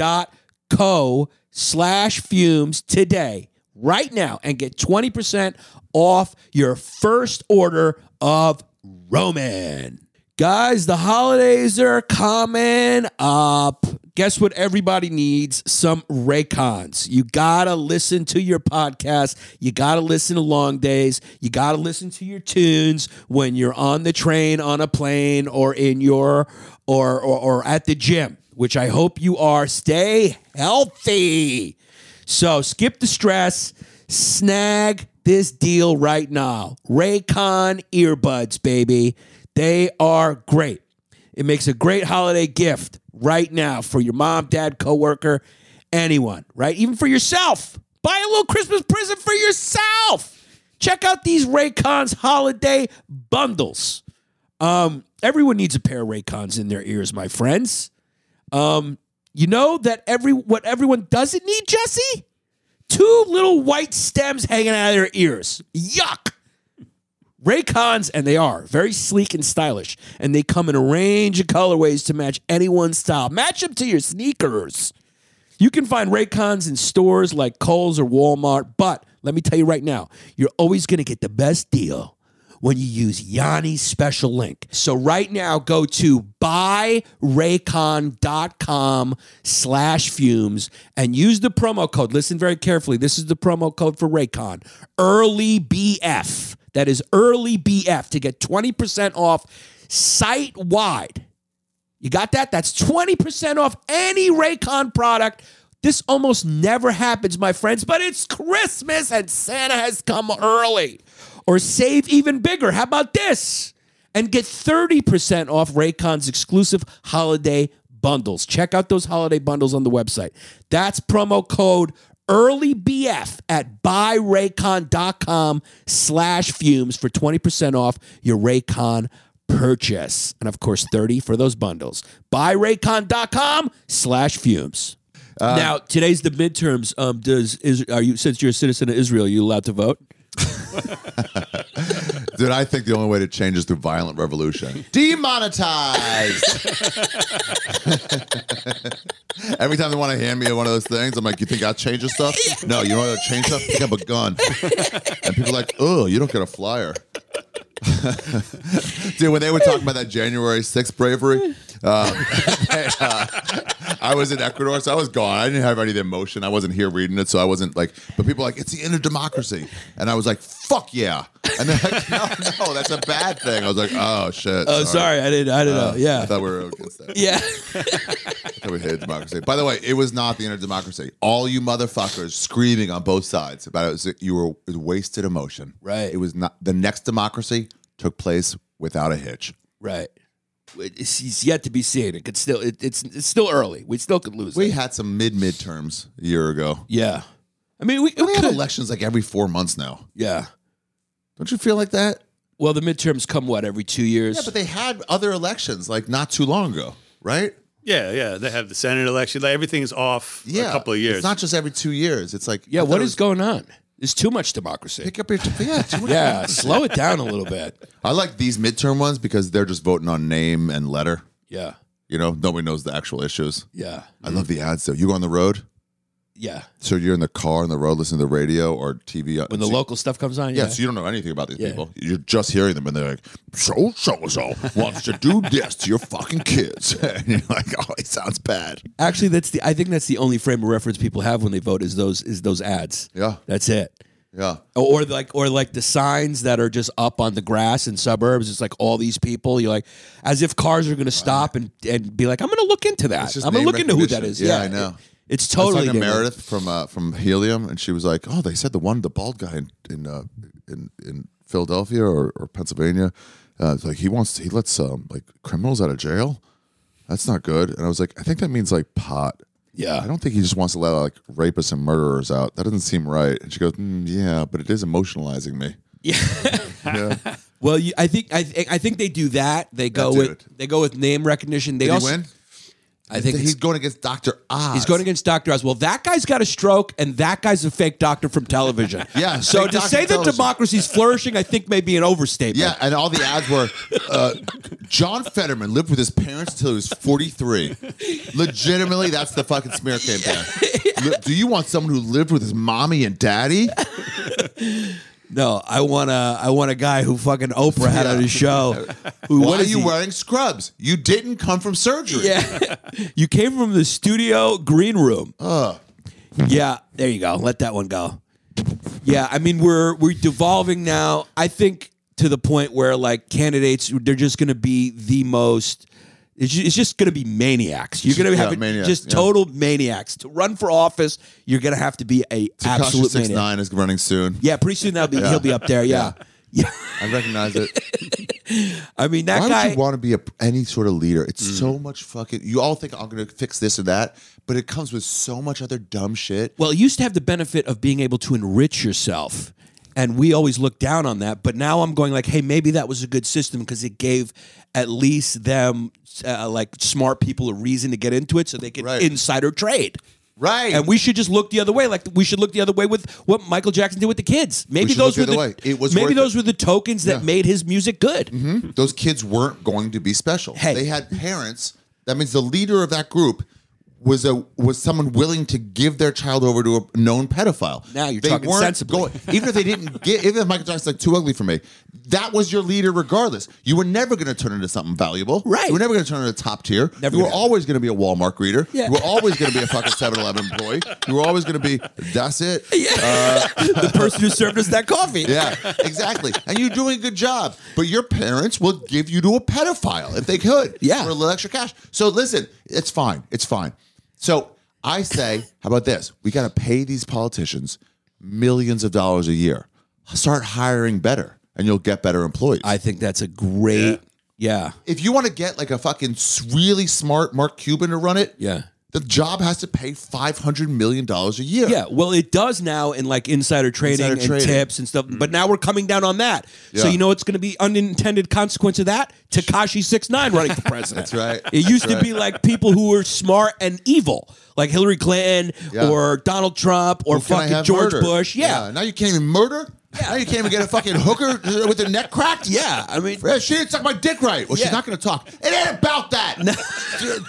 Speaker 1: row.co slash fumes today, right now, and get 20% off your first order of Roman. Guys, the holidays are coming up. Guess what everybody needs? Some Raycons. You gotta listen to your podcast. You gotta listen to long days. You gotta listen to your tunes when you're on the train, on a plane, or in your or or, or at the gym, which I hope you are. Stay healthy. So skip the stress. Snag this deal right now. Raycon earbuds, baby. They are great. It makes a great holiday gift right now for your mom, dad, coworker, anyone, right? Even for yourself. Buy a little Christmas present for yourself. Check out these Raycons holiday bundles. Um, everyone needs a pair of Raycons in their ears, my friends. Um, you know that every what everyone doesn't need, Jesse? Two little white stems hanging out of their ears. Yuck. Raycons, and they are very sleek and stylish, and they come in a range of colorways to match anyone's style. Match them to your sneakers. You can find Raycons in stores like Kohl's or Walmart, but let me tell you right now, you're always going to get the best deal when you use Yanni's special link. So right now, go to buyraycon.com slash fumes and use the promo code. Listen very carefully. This is the promo code for Raycon. Early BF. That is early BF to get 20% off site wide. You got that? That's 20% off any Raycon product. This almost never happens, my friends, but it's Christmas and Santa has come early. Or save even bigger. How about this? And get 30% off Raycon's exclusive holiday bundles. Check out those holiday bundles on the website. That's promo code earlybf at buyraycon.com slash fumes for 20% off your Raycon purchase. And of course, 30 for those bundles. Buyraycon.com slash fumes.
Speaker 3: Uh,
Speaker 1: now, today's the midterms. Um, does is are you since you're a citizen of Israel, are you allowed to vote?
Speaker 3: Dude, I think the only way to change is through violent revolution. Demonetized. Every time they want to hand me one of those things, I'm like, "You think I change your stuff? No, you want to change stuff? Pick up a gun." And people are like, "Oh, you don't get a flyer." Dude, when they were talking about that January 6th bravery, uh, I was in Ecuador, so I was gone. I didn't have any of the emotion. I wasn't here reading it, so I wasn't like. But people were like, it's the end of democracy, and I was like, fuck yeah. And they're like, no, no, that's a bad thing. I was like, oh shit.
Speaker 1: Oh, sorry, I didn't. I didn't know.
Speaker 3: Uh, I
Speaker 1: Yeah,
Speaker 3: thought we were against that.
Speaker 1: yeah.
Speaker 3: I thought we hated democracy. By the way, it was not the end of democracy. All you motherfuckers screaming on both sides about it was you were it was wasted emotion.
Speaker 1: Right.
Speaker 3: It was not the next democracy took place without a hitch.
Speaker 1: right. It's, it's yet to be seen. It could still. It, it's it's still early. We still could lose.
Speaker 3: We
Speaker 1: it.
Speaker 3: had some mid midterms a year ago.
Speaker 1: yeah. I mean, we,
Speaker 3: We
Speaker 1: we
Speaker 3: have
Speaker 1: could.
Speaker 3: elections like every four months now.
Speaker 1: yeah.
Speaker 3: Don't you feel like that?
Speaker 1: Well, the midterms come what every two years.
Speaker 3: Yeah, but they had other elections like not too long ago, right?
Speaker 4: Yeah, yeah. They have the Senate election. Like, everything's off
Speaker 3: Yeah,
Speaker 4: a couple of years.
Speaker 3: It's not just every two years. It's like
Speaker 1: yeah.
Speaker 3: I
Speaker 1: What
Speaker 3: thought it
Speaker 1: is
Speaker 3: was-
Speaker 1: going on? There's too much democracy.
Speaker 3: pick up your yeah. Too much
Speaker 1: Yeah, slow it down a little bit.
Speaker 3: I like these midterm ones because they're just voting on name and letter.
Speaker 1: Yeah,
Speaker 3: You know, nobody knows the actual issues.
Speaker 1: yeah,
Speaker 3: I love the ads though. You go on the road,
Speaker 1: yeah.
Speaker 3: so you're in the car on the road listening to the radio or TV.
Speaker 1: When the
Speaker 3: so-
Speaker 1: local stuff comes on,
Speaker 3: yeah,
Speaker 1: yeah,
Speaker 3: so you don't know anything about these
Speaker 1: Yeah.
Speaker 3: people. You're just hearing them, and they're like, "So so and so wants to do this to your fucking kids," and you're like, "Oh, it sounds bad."
Speaker 1: actually, that's the. I think that's the only frame of reference people have when they vote is those is those ads.
Speaker 3: Yeah.
Speaker 1: that's it.
Speaker 3: Yeah,
Speaker 1: Or like, or like the signs that are just up on the grass in suburbs. It's like all these people. You're like, as if cars are going to stop and and be like, I'm going to look into that.
Speaker 3: just
Speaker 1: I'm going to
Speaker 3: name
Speaker 1: look into who that is.
Speaker 3: recognition. Yeah, I know.
Speaker 1: It- it's
Speaker 3: I was
Speaker 1: totally
Speaker 3: talking to
Speaker 1: different.
Speaker 3: Meredith from uh, from Helium, and she was like, "Oh, they said the one, the bald guy in in uh, in, in Philadelphia or, or Pennsylvania, uh, it's like he wants he lets um, like criminals out of jail. That's not good." And I was like, "I think that means like pot."
Speaker 1: Yeah.
Speaker 3: I don't think he just wants to let like rapists and murderers out. That doesn't seem right. And she goes, mm, "Yeah, but it is emotionalizing me." Yeah, yeah.
Speaker 1: Well, you, I think I, th- I think they do that. They go
Speaker 3: That's
Speaker 1: with
Speaker 3: it.
Speaker 1: they go with name recognition. They
Speaker 3: Did he
Speaker 1: also
Speaker 3: win?
Speaker 1: I think
Speaker 3: he's
Speaker 1: it's-
Speaker 3: going against Doctor Oz.
Speaker 1: He's going against Dr. Oz. Well, that guy's got a stroke, and that guy's a fake doctor from television.
Speaker 3: Yeah,
Speaker 1: So
Speaker 3: fake
Speaker 1: to
Speaker 3: doctor
Speaker 1: say that
Speaker 3: television.
Speaker 1: democracy's flourishing, I think may be an overstatement.
Speaker 3: Yeah, and all the ads were uh, John Fetterman lived with his parents till he was 43. Legitimately, that's the fucking smear campaign. Li- Do you want someone who lived with his mommy and daddy?
Speaker 1: No, I want a I want a guy who fucking Oprah had on his show. Who,
Speaker 3: Why
Speaker 1: what
Speaker 3: are
Speaker 1: is
Speaker 3: you
Speaker 1: he?
Speaker 3: wearing scrubs? You didn't come from surgery.
Speaker 1: Yeah, you came from the studio green room.
Speaker 3: Uh.
Speaker 1: Yeah, there you go. Let that one go. Yeah, I mean we're we're devolving now. I think to the point where like candidates, they're just going to be the most. It's ju- it's just going to be maniacs. You're going to
Speaker 3: Yeah,
Speaker 1: have a-
Speaker 3: maniacs,
Speaker 1: just
Speaker 3: yeah.
Speaker 1: total maniacs to run for office. You're going to have to be a
Speaker 3: Absolute
Speaker 1: absolute
Speaker 3: six
Speaker 1: maniac.
Speaker 3: nine is running soon.
Speaker 1: Yeah, pretty soon that'll be he'll be up there. Yeah. yeah,
Speaker 3: I recognize it.
Speaker 1: I mean that
Speaker 3: Why
Speaker 1: guy. Mm.
Speaker 3: would you want to be a, any sort of leader? It's so much fucking. You all think I'm going to fix this or that, but it comes with so much other dumb shit.
Speaker 1: Well, it used to have the benefit of being able to enrich yourself. And we always looked down on that. But now I'm going like, hey, maybe that was a good system because it gave at least them, uh, like smart people, a reason to get into it so they could
Speaker 3: Right.
Speaker 1: insider trade.
Speaker 3: Right.
Speaker 1: And we should just look the other way. Like we should look the other way with what Michael Jackson did with the kids. Maybe
Speaker 3: should
Speaker 1: those were
Speaker 3: look
Speaker 1: the,
Speaker 3: the other way. It was worth
Speaker 1: maybe
Speaker 3: it. Mm-hmm.
Speaker 1: those were the tokens that made his music good.
Speaker 3: those kids weren't going to be special.
Speaker 1: Hey.
Speaker 3: They had parents. That means the leader of that group was a was someone willing to give their child over to a known pedophile.
Speaker 1: Now you're
Speaker 3: they
Speaker 1: talking
Speaker 3: weren't
Speaker 1: sensibly.
Speaker 3: Going, even if they didn't get, even if Michael Jackson's like too ugly for me, that was your leader regardless. You were never going to turn into something valuable.
Speaker 1: Right.
Speaker 3: You were never going to turn into top tier.
Speaker 1: Never
Speaker 3: you were
Speaker 1: gonna-
Speaker 3: always going to be a Walmart greeter.
Speaker 1: Yeah.
Speaker 3: You were always going to be a fucking 7-Eleven employee. You were always going to be. That's it.
Speaker 1: the person who served us that coffee.
Speaker 3: Yeah, exactly. and you're doing a good job, but your parents will give you to a pedophile if they could.
Speaker 1: Yeah.
Speaker 3: For a little extra cash. So listen, it's fine. It's fine. So I say, how about this? We got to pay these politicians millions of dollars a year. Start hiring better, and you'll get better employees.
Speaker 1: I think that's a great. Yeah.
Speaker 3: if you want to get like a fucking s- really smart Mark Cuban to run it,
Speaker 1: Yeah.
Speaker 3: the job has to pay five hundred million dollars a year.
Speaker 1: Yeah, well, it does now in like insider trading
Speaker 3: Insider
Speaker 1: and
Speaker 3: trading. Mm.
Speaker 1: tips and stuff. But now we're coming down on that. So
Speaker 3: Yeah.
Speaker 1: you know what's going to be unintended consequence of that? Takashi six nine running for president.
Speaker 3: That's right.
Speaker 1: It used to
Speaker 3: That's
Speaker 1: be like people who were smart and evil, like Hillary Clinton
Speaker 3: Yeah.
Speaker 1: or Donald Trump or
Speaker 3: Can I
Speaker 1: fucking
Speaker 3: have
Speaker 1: George
Speaker 3: murder?
Speaker 1: Bush. Yeah.
Speaker 3: Now you can't even murder. Now you can't even get a fucking hooker with her neck cracked.
Speaker 1: Yeah, I mean-
Speaker 3: Yeah, she didn't suck my dick right. Well,
Speaker 1: Yeah.
Speaker 3: she's not going to talk. It ain't about that.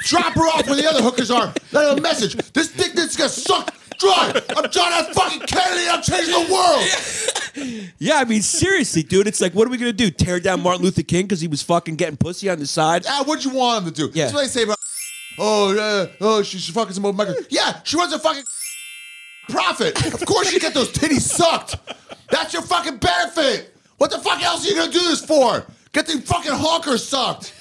Speaker 3: Drop her off where the other hookers are. Let her a message. This dick that's gonna suck dry. I'm John F. fucking Kennedy. I'm changing the world.
Speaker 1: Yeah, I mean, seriously, dude, it's like, what are we going to do? Tear down Martin Luther King because he was fucking getting pussy on the side?
Speaker 3: Ah, what'd you want him to do?
Speaker 1: Yeah.
Speaker 3: That's what they say about. Oh yeah. Oh, she, she fucking some old Michael. Yeah, she runs a fucking profit. Of course you get those titties sucked. That's your fucking benefit. What the fuck else are you gonna do this for? Get the fucking honkers sucked.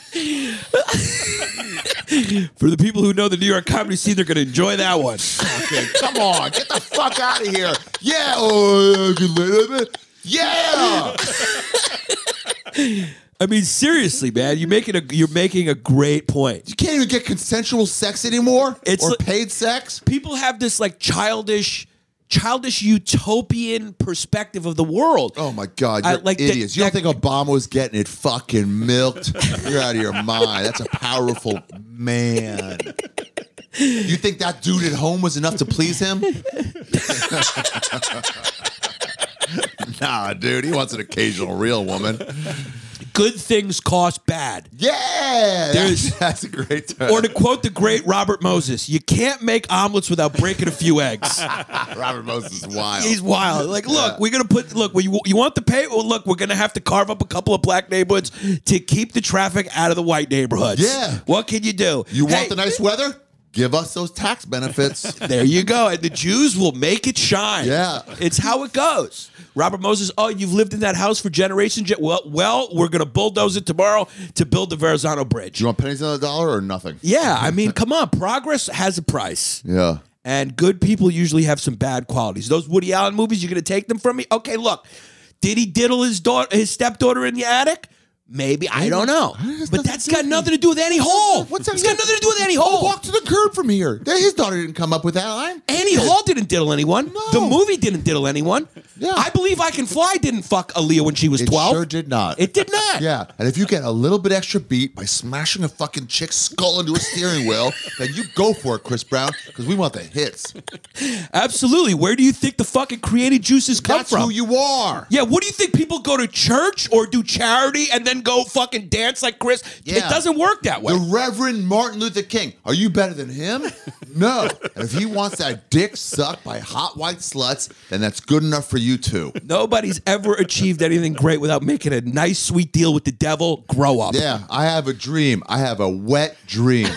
Speaker 1: For the people who know the New York comedy scene, they're going to enjoy that one.
Speaker 3: Okay, come on, get the fuck out of here. Yeah. Oh, yeah, I can live it. Yeah.
Speaker 1: I mean, seriously, man, you're making a you're making a great point.
Speaker 3: You can't even get consensual sex anymore.
Speaker 1: It's
Speaker 3: or
Speaker 1: like-
Speaker 3: paid sex.
Speaker 1: people have this like childish childish utopian perspective of the world
Speaker 3: Oh my God,
Speaker 1: I-
Speaker 3: you're
Speaker 1: like, that-
Speaker 3: idiots. you
Speaker 1: that-
Speaker 3: don't think Obama was getting it fucking milked? you're out of your mind. That's a powerful man. You think that dude at home was enough to please him? nah, dude, he wants an occasional real woman.
Speaker 1: good things cost bad
Speaker 3: Yeah,
Speaker 1: There's-
Speaker 3: that's, that's a great term.
Speaker 1: or to quote the great robert moses you can't make omelets without breaking a few eggs
Speaker 3: Robert Moses is wild.
Speaker 1: he's wild like look we're gonna put look we, you want the pay well look we're gonna have to carve up a couple of black neighborhoods to keep the traffic out of the white neighborhoods
Speaker 3: Yeah.
Speaker 1: what can you do
Speaker 3: you want
Speaker 1: Hey,
Speaker 3: the nice weather? Give us those tax benefits.
Speaker 1: There you go. And the Jews will make it shine.
Speaker 3: Yeah.
Speaker 1: It's how it goes. Robert Moses, oh, you've lived in that house for generations. Gen- Well, well, we're going to bulldoze it tomorrow to build the Verrazano Bridge.
Speaker 3: you want pennies on the dollar or nothing?
Speaker 1: Yeah, I mean, come on. Progress has a price.
Speaker 3: Yeah.
Speaker 1: And good people usually have some bad qualities. Those Woody Allen movies, you're going to take them from me? Okay, look. Did he diddle his daughter, his stepdaughter in the attic? Maybe I don't know,
Speaker 3: has
Speaker 1: but
Speaker 3: nothing
Speaker 1: that's
Speaker 3: to do
Speaker 1: got
Speaker 3: with
Speaker 1: nothing to do with Annie Hall.
Speaker 3: What's that-
Speaker 1: it's got nothing to do with Annie Hall.
Speaker 3: Walk to the curb from here. That- His daughter didn't come up with that line.
Speaker 1: Annie Hall didn't diddle anyone.
Speaker 3: No.
Speaker 1: The movie didn't diddle anyone.
Speaker 3: Yeah.
Speaker 1: I believe I Can Fly didn't fuck Aaliyah when she was
Speaker 3: It
Speaker 1: 12.
Speaker 3: sure did not.
Speaker 1: It did not.
Speaker 3: Yeah, and if you get a little bit extra beat by smashing a fucking chick's skull into a steering wheel, then you go for it, Chris Brown, because we want the hits.
Speaker 1: Absolutely. Where do you think the fucking creative juices come
Speaker 3: That's
Speaker 1: from?
Speaker 3: who you are.
Speaker 1: yeah, what do you think people go to church or do charity and then go fucking dance like Chris? It
Speaker 3: Yeah.
Speaker 1: doesn't work that way.
Speaker 3: The Reverend Martin Luther King. Are you better than him? No. And if he wants that dick sucked by hot white sluts, then that's good enough for you too.
Speaker 1: Nobody's ever achieved anything great without making a nice sweet deal with the devil. Grow up.
Speaker 3: Yeah, I have a dream. I have a wet dream.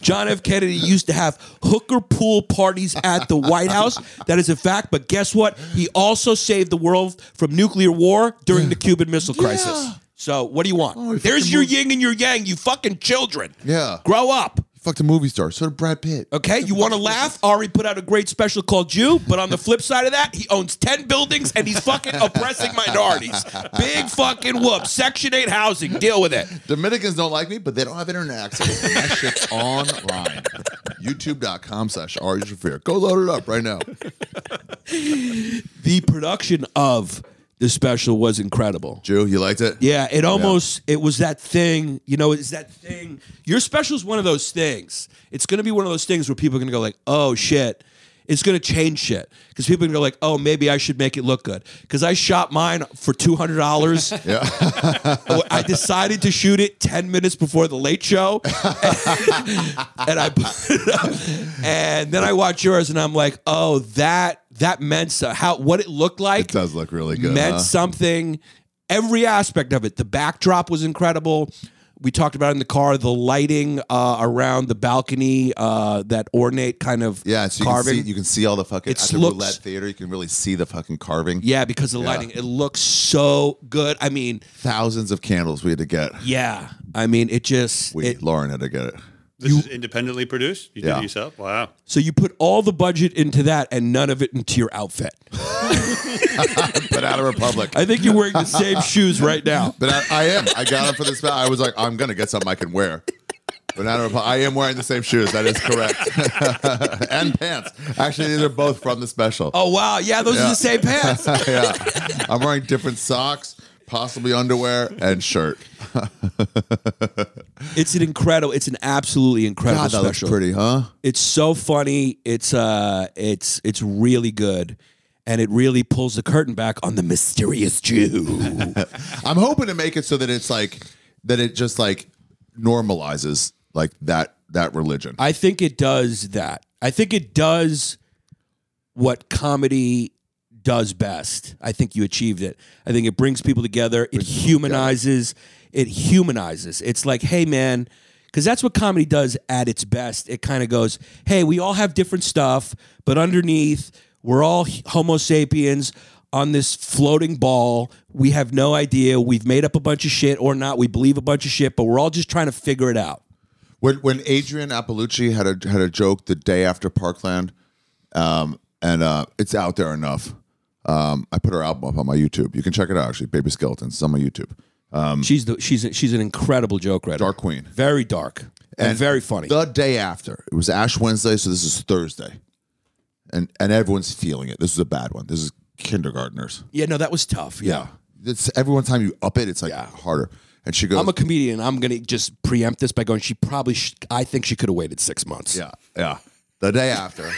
Speaker 1: John F. Kennedy used to have hooker pool parties at the White House. That is a fact. But guess what? He also saved the world from nuclear war during the Cuban Missile Crisis.
Speaker 3: Yeah.
Speaker 1: So what do you want?
Speaker 3: Oh, he
Speaker 1: There's
Speaker 3: fucking
Speaker 1: your
Speaker 3: moved-
Speaker 1: yin and your yang. You fucking children.
Speaker 3: Yeah.
Speaker 1: Grow up.
Speaker 3: Fucked a movie star. So did Brad Pitt.
Speaker 1: Okay, you want to laugh? Ari put out a great special called You, but on the flip side of that, he owns 10 buildings and he's fucking oppressing minorities. Big fucking whoop. Section 8 housing, deal with it.
Speaker 3: Dominicans don't like me, but they don't have internet access. And that shit's online. YouTube.com slash Ari Shafir. Go load it up right now.
Speaker 1: The production of the special was incredible.
Speaker 3: Jew, you liked it?
Speaker 1: Yeah, it almost it was that thing, you know, it's that thing. Your special is one of those things. It's going to be one of those things where people are going to go like, "Oh shit." It's going to change shit because people are going to go like, "Oh, maybe I should make it look good." Cuz I shot mine for $200. I decided to shoot it 10 minutes before the late show. and I put it up. And then I watch yours and I'm like, "Oh, that that meant so how what it looked like."
Speaker 3: It does look really good.
Speaker 1: meant
Speaker 3: huh?
Speaker 1: something. Every aspect of it. The backdrop was incredible. We talked about it in the car the lighting uh, around the balcony, uh, that ornate kind of
Speaker 3: Yeah, so you
Speaker 1: carving.
Speaker 3: can see you can see all the fucking
Speaker 1: It's
Speaker 3: at the
Speaker 1: looks-
Speaker 3: roulette theater. You can really see the fucking carving.
Speaker 1: yeah, because of the lighting, it looks so good. I mean,
Speaker 3: Thousands of candles we had to get.
Speaker 1: yeah, I mean, it just.
Speaker 3: We
Speaker 1: it-
Speaker 3: Lauren had to get it.
Speaker 4: This is independently produced. You did
Speaker 3: Yeah.
Speaker 4: it yourself. Wow.
Speaker 1: so you put all the budget into that and none of it into your outfit.
Speaker 3: But out of Republic.
Speaker 1: I think you're wearing the same shoes right now.
Speaker 3: But I, I am. I got it for this. I was like, I'm gonna get something I can wear. But out of Republic, I am wearing the same shoes. That is correct. and pants. Actually, these are both from the special.
Speaker 1: Oh wow, yeah, those are
Speaker 3: Yeah.
Speaker 1: the same pants.
Speaker 3: yeah. I'm wearing different socks, possibly underwear, and shirt.
Speaker 1: it's an incredible. It's an absolutely incredible
Speaker 3: God, that looks
Speaker 1: special.
Speaker 3: pretty, huh?
Speaker 1: It's so funny. It's uh it's it's really good. And it really pulls the curtain back on the mysterious Jew.
Speaker 3: I'm hoping to make it so that it's like that it just like normalizes like that that religion.
Speaker 1: I think it does that. I think it does what comedy does best. I think you achieved it. I think it brings people together. It humanizes. It humanizes. It's like, hey, man, because that's what comedy does at its best. It kind of goes, hey, we all have different stuff, but underneath, we're all h- Homo sapiens on this floating ball. We have no idea. We've made up a bunch of shit or not. We believe a bunch of shit, but we're all just trying to figure it out.
Speaker 3: When when Adrian Appalucci had a had a joke the day after Parkland, um, and uh, it's out there enough. Um, I put her album up on my YouTube. You can check it out actually. Baby Skeletons is on my YouTube.
Speaker 1: She's the she's a, she's an incredible joke writer.
Speaker 3: Dark Queen.
Speaker 1: very dark and, very funny.
Speaker 3: The day after it was Ash Wednesday, so this is Thursday, and and everyone's feeling it. This is a bad one. This is kindergartners.
Speaker 1: yeah, no, that was tough. Yeah.
Speaker 3: Yeah, it's every one time you up it, it's like harder. And she goes,
Speaker 1: I'm a comedian. I'm gonna just preempt this by going. She probably. Sh- I think she could have waited six months.
Speaker 3: Yeah, yeah. The day after,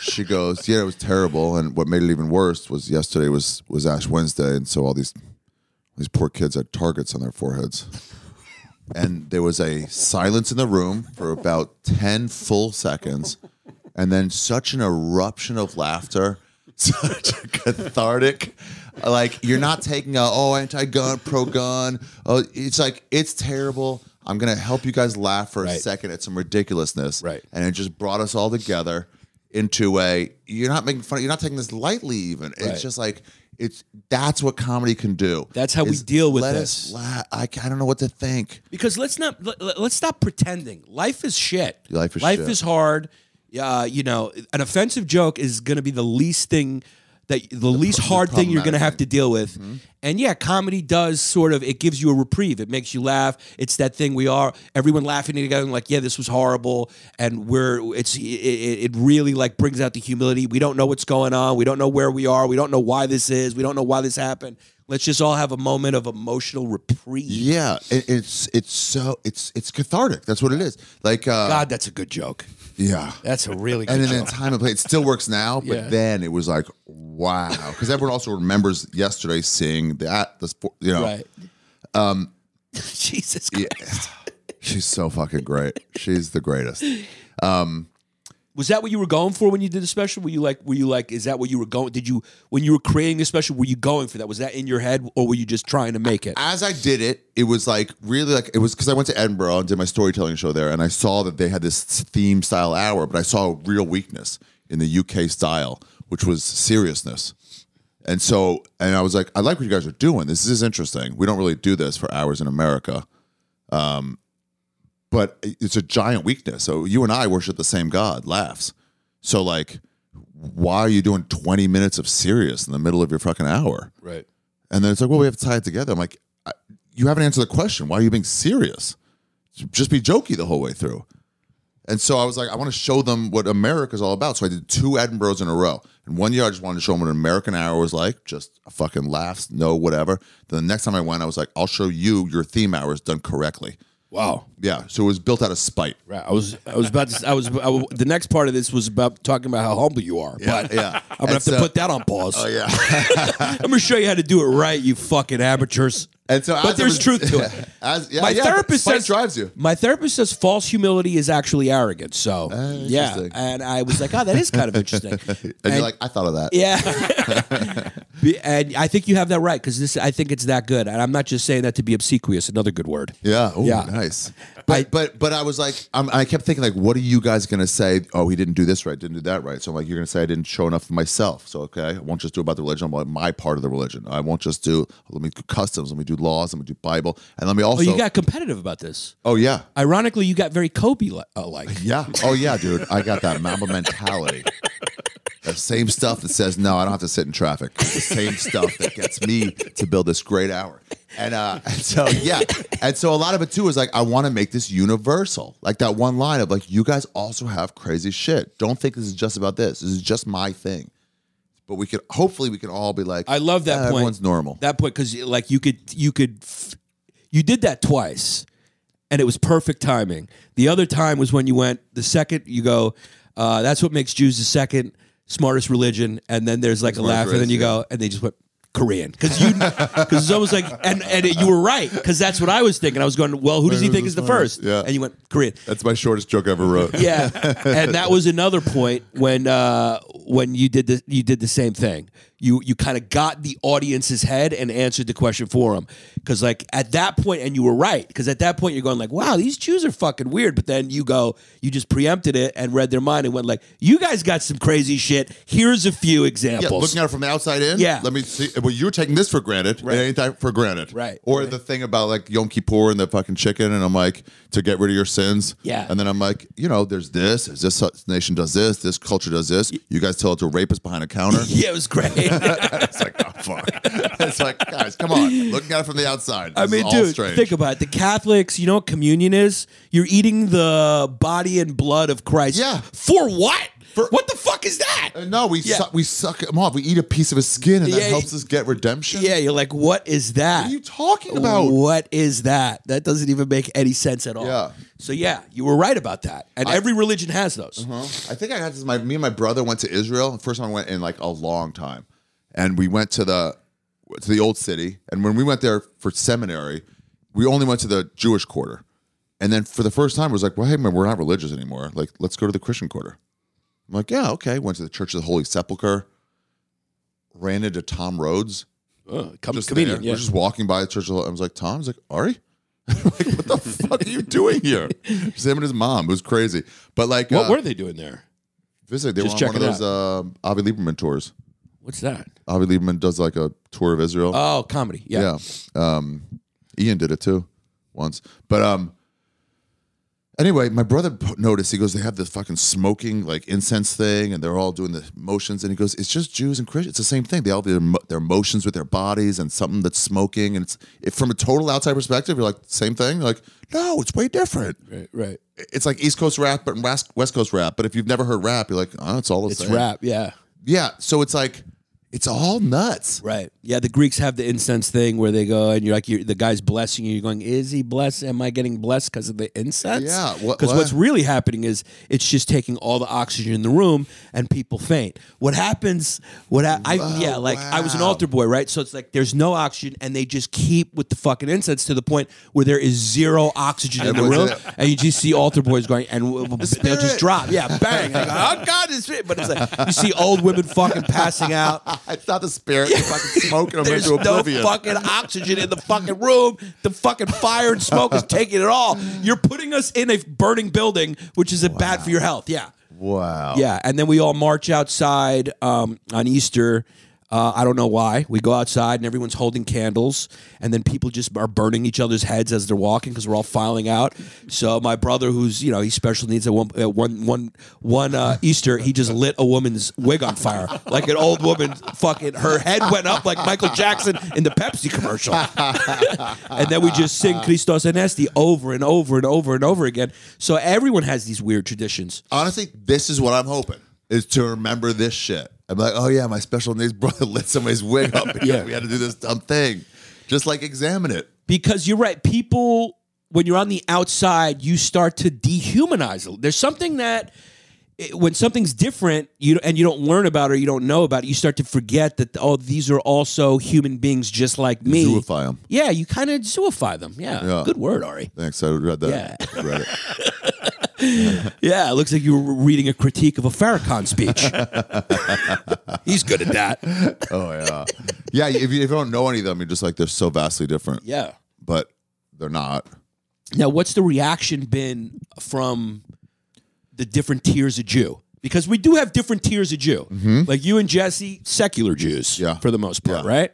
Speaker 3: she goes, "Yeah, it was terrible." And what made it even worse was yesterday was was Ash Wednesday, and so all these these poor kids had targets on their foreheads. And there was a silence in the room for about ten full seconds, and then such an eruption of laughter, such a cathartic. Like you're not taking a oh anti-gun, pro-gun. Oh, it's like it's terrible. I'm gonna help you guys laugh for a
Speaker 1: Right.
Speaker 3: second at some ridiculousness,
Speaker 1: Right.
Speaker 3: And it just brought us all together into a. You're not making fun. You're not taking this lightly. Even
Speaker 1: Right.
Speaker 3: it's just like it's. That's what comedy can do.
Speaker 1: That's how we
Speaker 3: is
Speaker 1: deal with
Speaker 3: let
Speaker 1: this.
Speaker 3: Us la- I, I don't know what to think.
Speaker 1: Because let's not let, let- let's stop pretending. Life is shit.
Speaker 3: Life is
Speaker 1: life
Speaker 3: shit.
Speaker 1: is hard. Yeah, you know, an offensive joke is gonna be the least thing that the, least hard thing you're going to
Speaker 3: problematic Mm-hmm.
Speaker 1: have to deal with. And yeah, comedy does sort of it gives you a reprieve. It makes you laugh. It's that thing we are everyone laughing together and like, yeah, this was horrible, and we're it's it, it it really like brings out the humility. We don't know what's going on. We don't know where we are. We don't know why this is. We don't know why this happened. Let's just all have a moment of emotional reprieve.
Speaker 3: Yeah, it, it's it's so it's it's cathartic. That's what it is. Like uh,
Speaker 1: God, that's a good joke.
Speaker 3: yeah,
Speaker 1: That's a really good
Speaker 3: and in
Speaker 1: joke.
Speaker 3: that time and place, it still works now. But
Speaker 1: Yeah.
Speaker 3: then it was like wow, because everyone also remembers yesterday seeing that. This you know,
Speaker 1: right. Um, Jesus Christ.
Speaker 3: she's so fucking great. She's the greatest.
Speaker 1: Was that what you were going for when you did the special? Were you like, were you like, is that what you were going? Did you, when you were creating the special, were you going for that? Was that in your head or were you just trying to make it?
Speaker 3: as I did it, it was like really like it was because I went to Edinburgh and did my storytelling show there, and I saw that they had this theme style hour, but I saw a real weakness in the UK style, which was seriousness. And so, and I was like, I like what you guys are doing. This is interesting. We don't really do this for hours in America, um, but it's a giant weakness. So you and I worship the same God, laughs. So like, why are you doing twenty minutes of serious in the middle of your fucking hour?
Speaker 1: Right.
Speaker 3: And then it's like, well, we have to tie it together. I'm like, I, you haven't answered the question. Why are you being serious? Just be jokey the whole way through. And so I was like, I want to show them what America's all about. So I did two Edinburghs in a row. And one year I just wanted to show them what an American hour was like, just fucking laughs, no whatever. Then the next time I went, I was like, I'll show you your theme hours done correctly.
Speaker 1: Wow.
Speaker 3: Yeah. So it was built out of spite.
Speaker 1: Right. I was, I was about to, I was, I w the next part of this was about talking about how humble you are. But
Speaker 3: yeah.
Speaker 1: I'm going to have to
Speaker 3: And so-
Speaker 1: put that on pause.
Speaker 3: Oh, yeah.
Speaker 1: I'm going to show you how to do it right, you fucking amateurs.
Speaker 3: And so,
Speaker 1: But
Speaker 3: as I
Speaker 1: there's
Speaker 3: was-
Speaker 1: truth to it.
Speaker 3: As, yeah,
Speaker 1: my
Speaker 3: yeah,
Speaker 1: therapist
Speaker 3: spite
Speaker 1: says
Speaker 3: drives you.
Speaker 1: My therapist says false humility is actually arrogance. So yeah,
Speaker 3: Ah, interesting.
Speaker 1: and I was like, oh, that is kind of interesting.
Speaker 3: And, you're like, I thought of that.
Speaker 1: Yeah. Be- and I think you have that right because this I think it's that good. And I'm not just saying that to be obsequious, another good word.
Speaker 3: Yeah. Oh,
Speaker 1: Yeah.
Speaker 3: nice. But
Speaker 1: I-
Speaker 3: but but I was like, I'm, I kept thinking like, what are you guys gonna say? Oh, he didn't do this right, didn't do that right. So I'm like, you're gonna say I didn't show enough of myself. So okay, I won't just do about the religion. I'm like my part of the religion. I won't just do. Let me do customs. Let me do laws. Let me do Bible. And let me also.
Speaker 1: Oh, you got competitive about this.
Speaker 3: oh yeah.
Speaker 1: Ironically, you got very Kobe li- uh, like.
Speaker 3: Yeah. Oh yeah, dude. I got that Mamba mentality. The same stuff that says no, I don't have to sit in traffic. The same stuff that gets me to build this great hour. And uh and so yeah. And so a lot of it too is like I want to make this universal. Like that one line of like you guys also have crazy shit. Don't think this is just about this. This is just my thing. But we could hopefully we can all be like
Speaker 1: I love that
Speaker 3: "Ah,
Speaker 1: point.
Speaker 3: Everyone's normal.
Speaker 1: That point because like you could you could f- you did that twice, and it was perfect timing. The other time was when you went the second you go. Uh, that's what makes Jews the second smartest religion, and then there's like a laugh, and then you go, and they just went. Korean, because you, because it's almost like, and and you were right, because that's what I was thinking. I was going, well, who does he
Speaker 3: Who's
Speaker 1: think
Speaker 3: the
Speaker 1: is the
Speaker 3: smartest?
Speaker 1: first?
Speaker 3: Yeah.
Speaker 1: and you went Korean.
Speaker 3: That's my shortest joke I ever wrote.
Speaker 1: Yeah, and that was another point when uh, when you did the you did the same thing. You you kind of got the audience's head and answered the question for them because like at that point, and you were right because at that point you're going like, wow, these Jews are fucking weird. But then you go, you just preempted it and read their mind and went like, you guys got some crazy shit. Here's a few
Speaker 3: Yeah,
Speaker 1: examples.
Speaker 3: looking at it from the outside in.
Speaker 1: Yeah.
Speaker 3: Let me see. Well, you're taking this for granted. Right. It ain't that for granted.
Speaker 1: Right.
Speaker 3: Or the thing about like Yom Kippur and the fucking chicken, and I'm like, to get rid of your sins.
Speaker 1: Yeah.
Speaker 3: And then I'm like, you know, there's this. Is this nation does this? This culture does this. You guys tell it to rapists behind a counter.
Speaker 1: yeah, it was great.
Speaker 3: it's like, oh fuck. it's like, guys, come on. Looking at it from the outside.
Speaker 1: I
Speaker 3: This is
Speaker 1: mean,
Speaker 3: all
Speaker 1: dude,
Speaker 3: strange.
Speaker 1: think about it. The Catholics, you know what communion is? You're eating the body and blood of Christ.
Speaker 3: Yeah.
Speaker 1: For what? For what the fuck is that?
Speaker 3: Uh, no, we
Speaker 1: Yeah.
Speaker 3: suck, we suck him off. We eat a piece of his skin, and
Speaker 1: Yeah,
Speaker 3: that helps us get redemption.
Speaker 1: Yeah, you're like, what is that?
Speaker 3: What are you talking about?
Speaker 1: What is that? That doesn't even make any sense at all.
Speaker 3: Yeah.
Speaker 1: So yeah, you were right about that. And every religion has those.
Speaker 3: Oh Uh-huh. I think I got this. My me and my brother went to Israel. The first time I went in like a long time, and we went to the to the old city. And when we went there for seminary, we only went to the Jewish quarter. And then for the first time, it was like, well, hey man, we're not religious anymore. Like, let's go to the Christian quarter. I'm like, yeah, okay. Went to the Church of the Holy Sepulchre. Ran into Tom Rhodes.
Speaker 1: Com-
Speaker 3: Just
Speaker 1: comedian.
Speaker 3: there.
Speaker 1: Yeah.
Speaker 3: We're just walking by the Church of the. I was like, Tom. He's like, Ari. I'm like, what the fuck are you doing here? Just him and his mom. It was crazy. But like,
Speaker 5: What
Speaker 3: uh,
Speaker 5: were they doing there?
Speaker 3: Visit. They
Speaker 1: Just
Speaker 3: were on one
Speaker 1: check
Speaker 3: of
Speaker 1: it
Speaker 3: those um Avi Lieberman tours.
Speaker 1: What's that?
Speaker 3: Avi Lieberman does like a tour of Israel.
Speaker 1: Oh, comedy. Yeah.
Speaker 3: yeah. Um, Ian did it too once, but um, Anyway, my brother p- noticed. He goes, they have this fucking smoking like incense thing, and they're all doing the motions. And he goes, it's just Jews and Christians. It's the same thing. They all do their, mo- their motions with their bodies and something that's smoking. And it's if, from a total outside perspective, you're like same thing. Like, no, it's way different.
Speaker 5: Right, right.
Speaker 3: It's like East Coast rap, but West West Coast rap. But if you've never heard rap, you're like, oh, it's all the
Speaker 5: It's
Speaker 3: same.
Speaker 5: rap, yeah.
Speaker 3: Yeah. So it's like, it's all nuts.
Speaker 1: Right. Yeah, the Greeks have the incense thing where they go and you're like, you're, the guy's blessing you. You're going, is he blessed? Am I getting blessed because of the incense?
Speaker 3: Yeah, wha-
Speaker 1: Because
Speaker 3: what?
Speaker 1: what's really happening is it's just taking all the oxygen in the room and people faint. What happens? What ha- I yeah, like I was an
Speaker 3: wow.
Speaker 1: altar boy, right? So it's like there's no oxygen and they just keep with the fuccking incense to the point where there is zero oxygen in the room,
Speaker 3: Everyone's in
Speaker 1: and you just see altar boys going and w- w- they'll just
Speaker 3: spirit.
Speaker 1: drop. Yeah, bang. They go, oh God, it's but it's like you see old women fucking passing out.
Speaker 3: It's not the spirit. You're fucking smoking them
Speaker 1: There's
Speaker 3: into oblivion.
Speaker 1: no fucking oxygen in the fucking room. The fucking fire and smoke is taking it all. You're putting us in a burning building, which is bad for your health. Yeah.
Speaker 3: wow.
Speaker 1: Yeah. And then we all march outside um, on Easter. Uh, I don't know why. We go outside and everyone's holding candles, and then people just are burning each other's heads as they're walking because we're all filing out. So my brother, who's you know he's special needs, at one at one one one uh, Easter, he just lit a woman's wig on fire, like an old woman. Fucking her head went up like Michael Jackson in the Pepsi commercial. and then we just sing Christos Anesti over and over and over and over again. So everyone has these weird traditions.
Speaker 3: honestly, this is what I'm hoping is to remember this shit. I'm like, oh yeah, my special needs brother lit somebody's wig up because we had to do this dumb thing. Just like examine it.
Speaker 1: because you're right. People, when you're on the outside, you start to dehumanize. it. There's something that it- when something's different, you and you don't learn about it or you don't know about it, you start to forget that oh, these are also human beings just like me.
Speaker 3: Zoofy 'em.
Speaker 1: Yeah, you kind of zoofy them. Yeah.
Speaker 3: Yeah.
Speaker 1: good word, Ari.
Speaker 3: Thanks. I read that. Read it.
Speaker 1: Yeah, it looks like you were reading a critique of a Farrakhan speech. He's good at that.
Speaker 3: Oh yeah. Yeah. If you, if you don't know any of them, you're just like they're so vastly different.
Speaker 1: Yeah.
Speaker 3: But they're not.
Speaker 1: Now, what's the reaction been from the different tiers of Jew? Because we do have different tiers of Jew. Like you and Jesse, secular Jews,
Speaker 3: Mm-hmm. Yeah.
Speaker 1: for the most part,
Speaker 3: Yeah.
Speaker 1: right?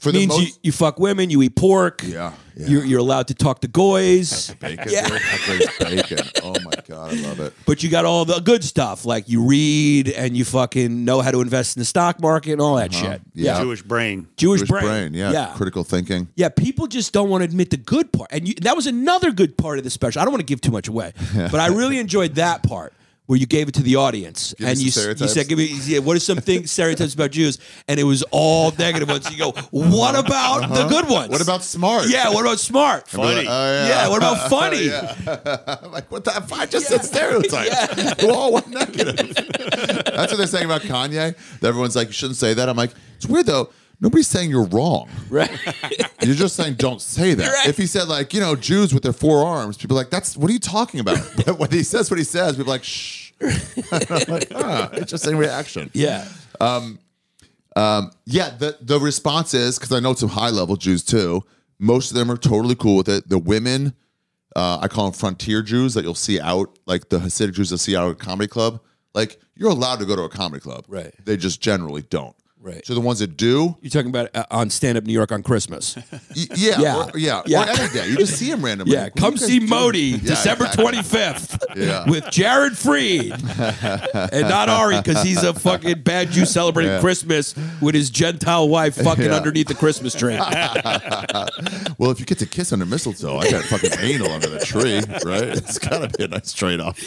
Speaker 3: For the
Speaker 1: Means
Speaker 3: most,
Speaker 1: you, you fuck women, you eat pork.
Speaker 3: Yeah, yeah.
Speaker 1: You're, you're allowed to talk to goys.
Speaker 3: bacon.
Speaker 1: Yeah.
Speaker 3: dude. That place bacon. Oh my god, I love it.
Speaker 1: But you got all the good stuff, like you read and you fucking know how to invest in the stock market and all that shit.
Speaker 3: Uh-huh. Yeah.
Speaker 4: Jewish brain.
Speaker 1: Jewish,
Speaker 3: Jewish
Speaker 1: brain.
Speaker 3: Yeah. Critical thinking.
Speaker 1: Yeah, people just don't want to admit the good part. And you, that was another good part of the special. I don't want to give too much away, but I really enjoyed that part where you gave it to the audience
Speaker 3: me
Speaker 1: and
Speaker 3: some
Speaker 1: you, s- you
Speaker 3: stereotypes.
Speaker 1: said, "Give me yeah, what are some things stereotypes about Jews?" And it was all negative ones. You go, "What about the good ones?
Speaker 3: Uh-huh. What about smart?
Speaker 1: yeah? What about smart?
Speaker 4: Funny.
Speaker 3: Oh,
Speaker 1: Yeah. What about funny?
Speaker 3: I'm like, what the? I just said stereotypes. They're all one negative. That's what they're saying about Kanye. Everyone's like, you shouldn't say that. I'm like, it's weird though. Nobody's saying you're wrong.
Speaker 1: Right?
Speaker 3: You're just saying don't say that.
Speaker 1: Right.
Speaker 3: If he said like, you know, Jews with their forearms, people are like, that's what are you talking about? But when he says what he says, people are like, shh. I'm like, ah, interesting reaction.
Speaker 1: Yeah.
Speaker 3: Yeah, the the response is because I know some high level Jews too. Most of them are totally cool with it. The women, uh, I call them frontier Jews that you'll see out, like the Hasidic Jews that see out at a comedy club. Like you're allowed to go to a comedy club,
Speaker 1: Right.
Speaker 3: They just generally don't,
Speaker 1: Right.
Speaker 3: So the ones that do,
Speaker 1: You're talking about uh, on stand up New York on Christmas.
Speaker 3: y- yeah,
Speaker 1: Yeah.
Speaker 3: Or, yeah,
Speaker 1: Yeah.
Speaker 3: or any day, you just see them randomly.
Speaker 1: Yeah,
Speaker 3: Like, what
Speaker 1: come
Speaker 3: are you guys
Speaker 1: see
Speaker 3: doing?
Speaker 1: Modi
Speaker 3: Yeah,
Speaker 1: December
Speaker 3: exactly.
Speaker 1: twenty fifth
Speaker 3: Yeah.
Speaker 1: with Jared Freed and not Ari because he's a fucking bad Jew celebrating Christmas with his Gentile wife fucking
Speaker 3: Yeah.
Speaker 1: underneath the Christmas tree.
Speaker 3: Well, if you get to kiss under mistletoe, I got fucking anal under the tree, right? It's gotta be a nice trade off.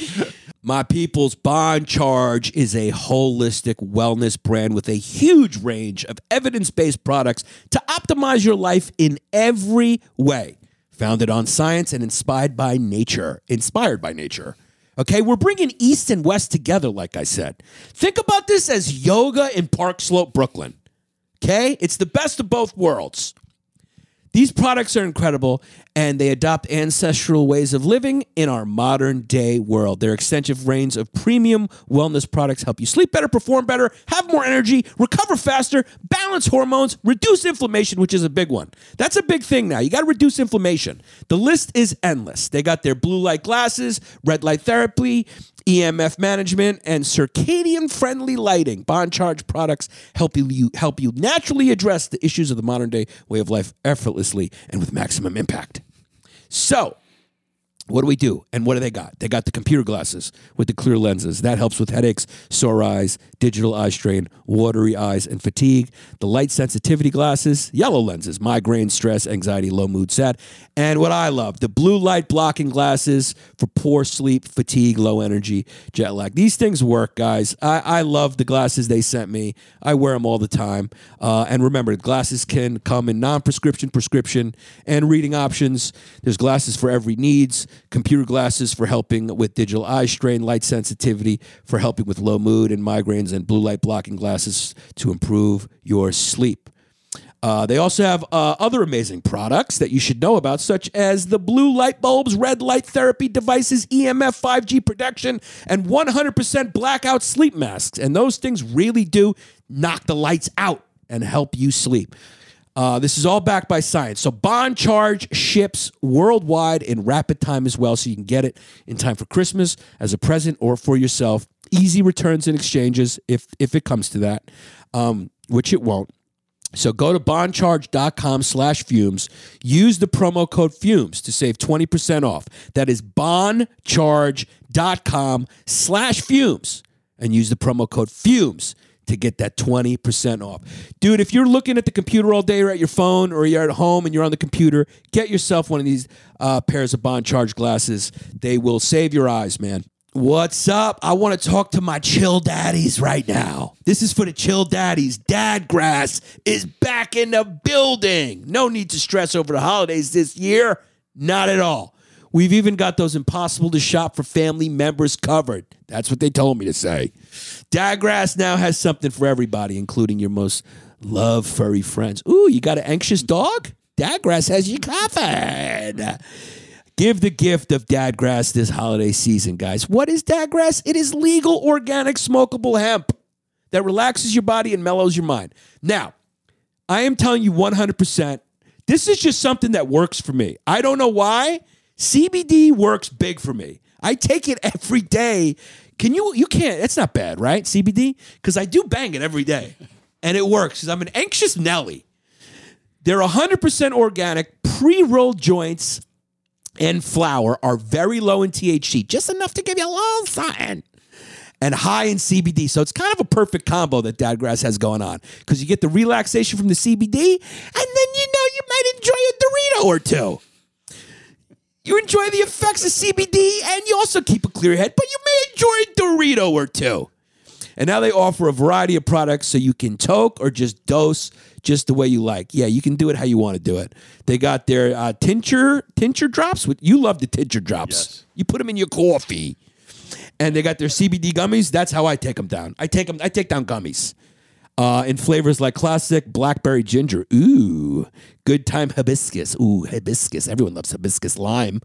Speaker 1: My People's Bond Charge is a holistic wellness brand with a huge range of evidence based products to optimize your life in every way. Founded on science and inspired by nature. Inspired by nature. Okay, we're bringing East and West together, like I said. Think about this as yoga in Park Slope, Brooklyn. Okay? It's the best of both worlds. These products are incredible and they adopt ancestral ways of living in our modern day world. Their extensive range of premium wellness products help you sleep better, perform better, have more energy, recover faster, balance hormones, reduce inflammation, which is a big one. That's a big thing now. You got to reduce inflammation. The list is endless. They got their blue light glasses, red light therapy, EMF E management, and circadian friendly lighting. Bond Charge products help you help you naturally address the issues of the modern day way of life effortlessly and with maximum impact. So, What do we do? And what do they got? They got the computer glasses with the clear lenses. That helps with headaches, sore eyes, digital eye strain, watery eyes, and fatigue. The light sensitivity glasses, yellow lenses, migraine, stress, anxiety, low mood, sad. And what I love, the blue light blocking glasses for poor sleep, fatigue, low energy, jet lag. These things work, guys. I, I love the glasses they sent me. I wear them all the time. Uh, and remember, glasses can come in non prescription, prescription, and reading options. There's glasses for every needs, computer glasses for helping with digital eye strain, light sensitivity for helping with low mood and migraines, and blue light blocking glasses to improve your sleep. Uh, they also have uh, other amazing products that you should know about, such as the blue light bulbs, red light therapy devices, E EMF 5G protection, and 100% blackout sleep masks. And those things really do knock the lights out and help you sleep. Uh, this is all backed by science. So Bond Charge ships worldwide in rapid time as well, so you can get it in time for Christmas as a present or for yourself. Easy returns and exchanges if if it comes to that, um, which it won't. So go to bondcharge.com slash fumes. Use the promo code fumes to save 20% off. That is bondcharge.com slash fumes. And use the promo code fumes to get that 20% off. Dude, if you're looking at the computer all day or at your phone or you're at home and you're on the computer, get yourself one of these uh, pairs of bond charge glasses. They will save your eyes, man. What's up? I want to talk to my chill daddies right now. This is for the chill daddies. Dadgrass is back in the building. No need to stress over the holidays this year. Not at all. We've even got those impossible to shop for family members covered. That's what they told me to say. Dadgrass now has something for everybody, including your most loved furry friends. Ooh, you got an anxious dog? Dadgrass has you covered. Give the gift of dadgrass this holiday season, guys. What is dadgrass? It is legal, organic, smokable hemp that relaxes your body and mellows your mind. Now, I am telling you 100%, this is just something that works for me. I don't know why. CBD works big for me. I take it every day. Can you, you can't, that's not bad, right? CBD? Because I do bang it every day and it works because I'm an anxious Nelly. They're 100% organic, pre rolled joints and flour are very low in THC, just enough to give you a little something, and high in CBD. So it's kind of a perfect combo that Dadgrass has going on because you get the relaxation from the CBD, and then you know you might enjoy a Dorito or two. You enjoy the effects of CBD, and you also keep a clear head, but you may enjoy a Dorito or two. And now they offer a variety of products so you can toke or just dose just the way you like. Yeah, you can do it how you want to do it. They got their uh, tincture tincture drops. With you love the tincture drops.
Speaker 4: Yes.
Speaker 1: You put them in your coffee. And they got their CBD gummies. That's how I take them down. I take them. I take down gummies. Uh, in flavors like classic blackberry ginger, ooh, good time hibiscus, ooh hibiscus. Everyone loves hibiscus lime,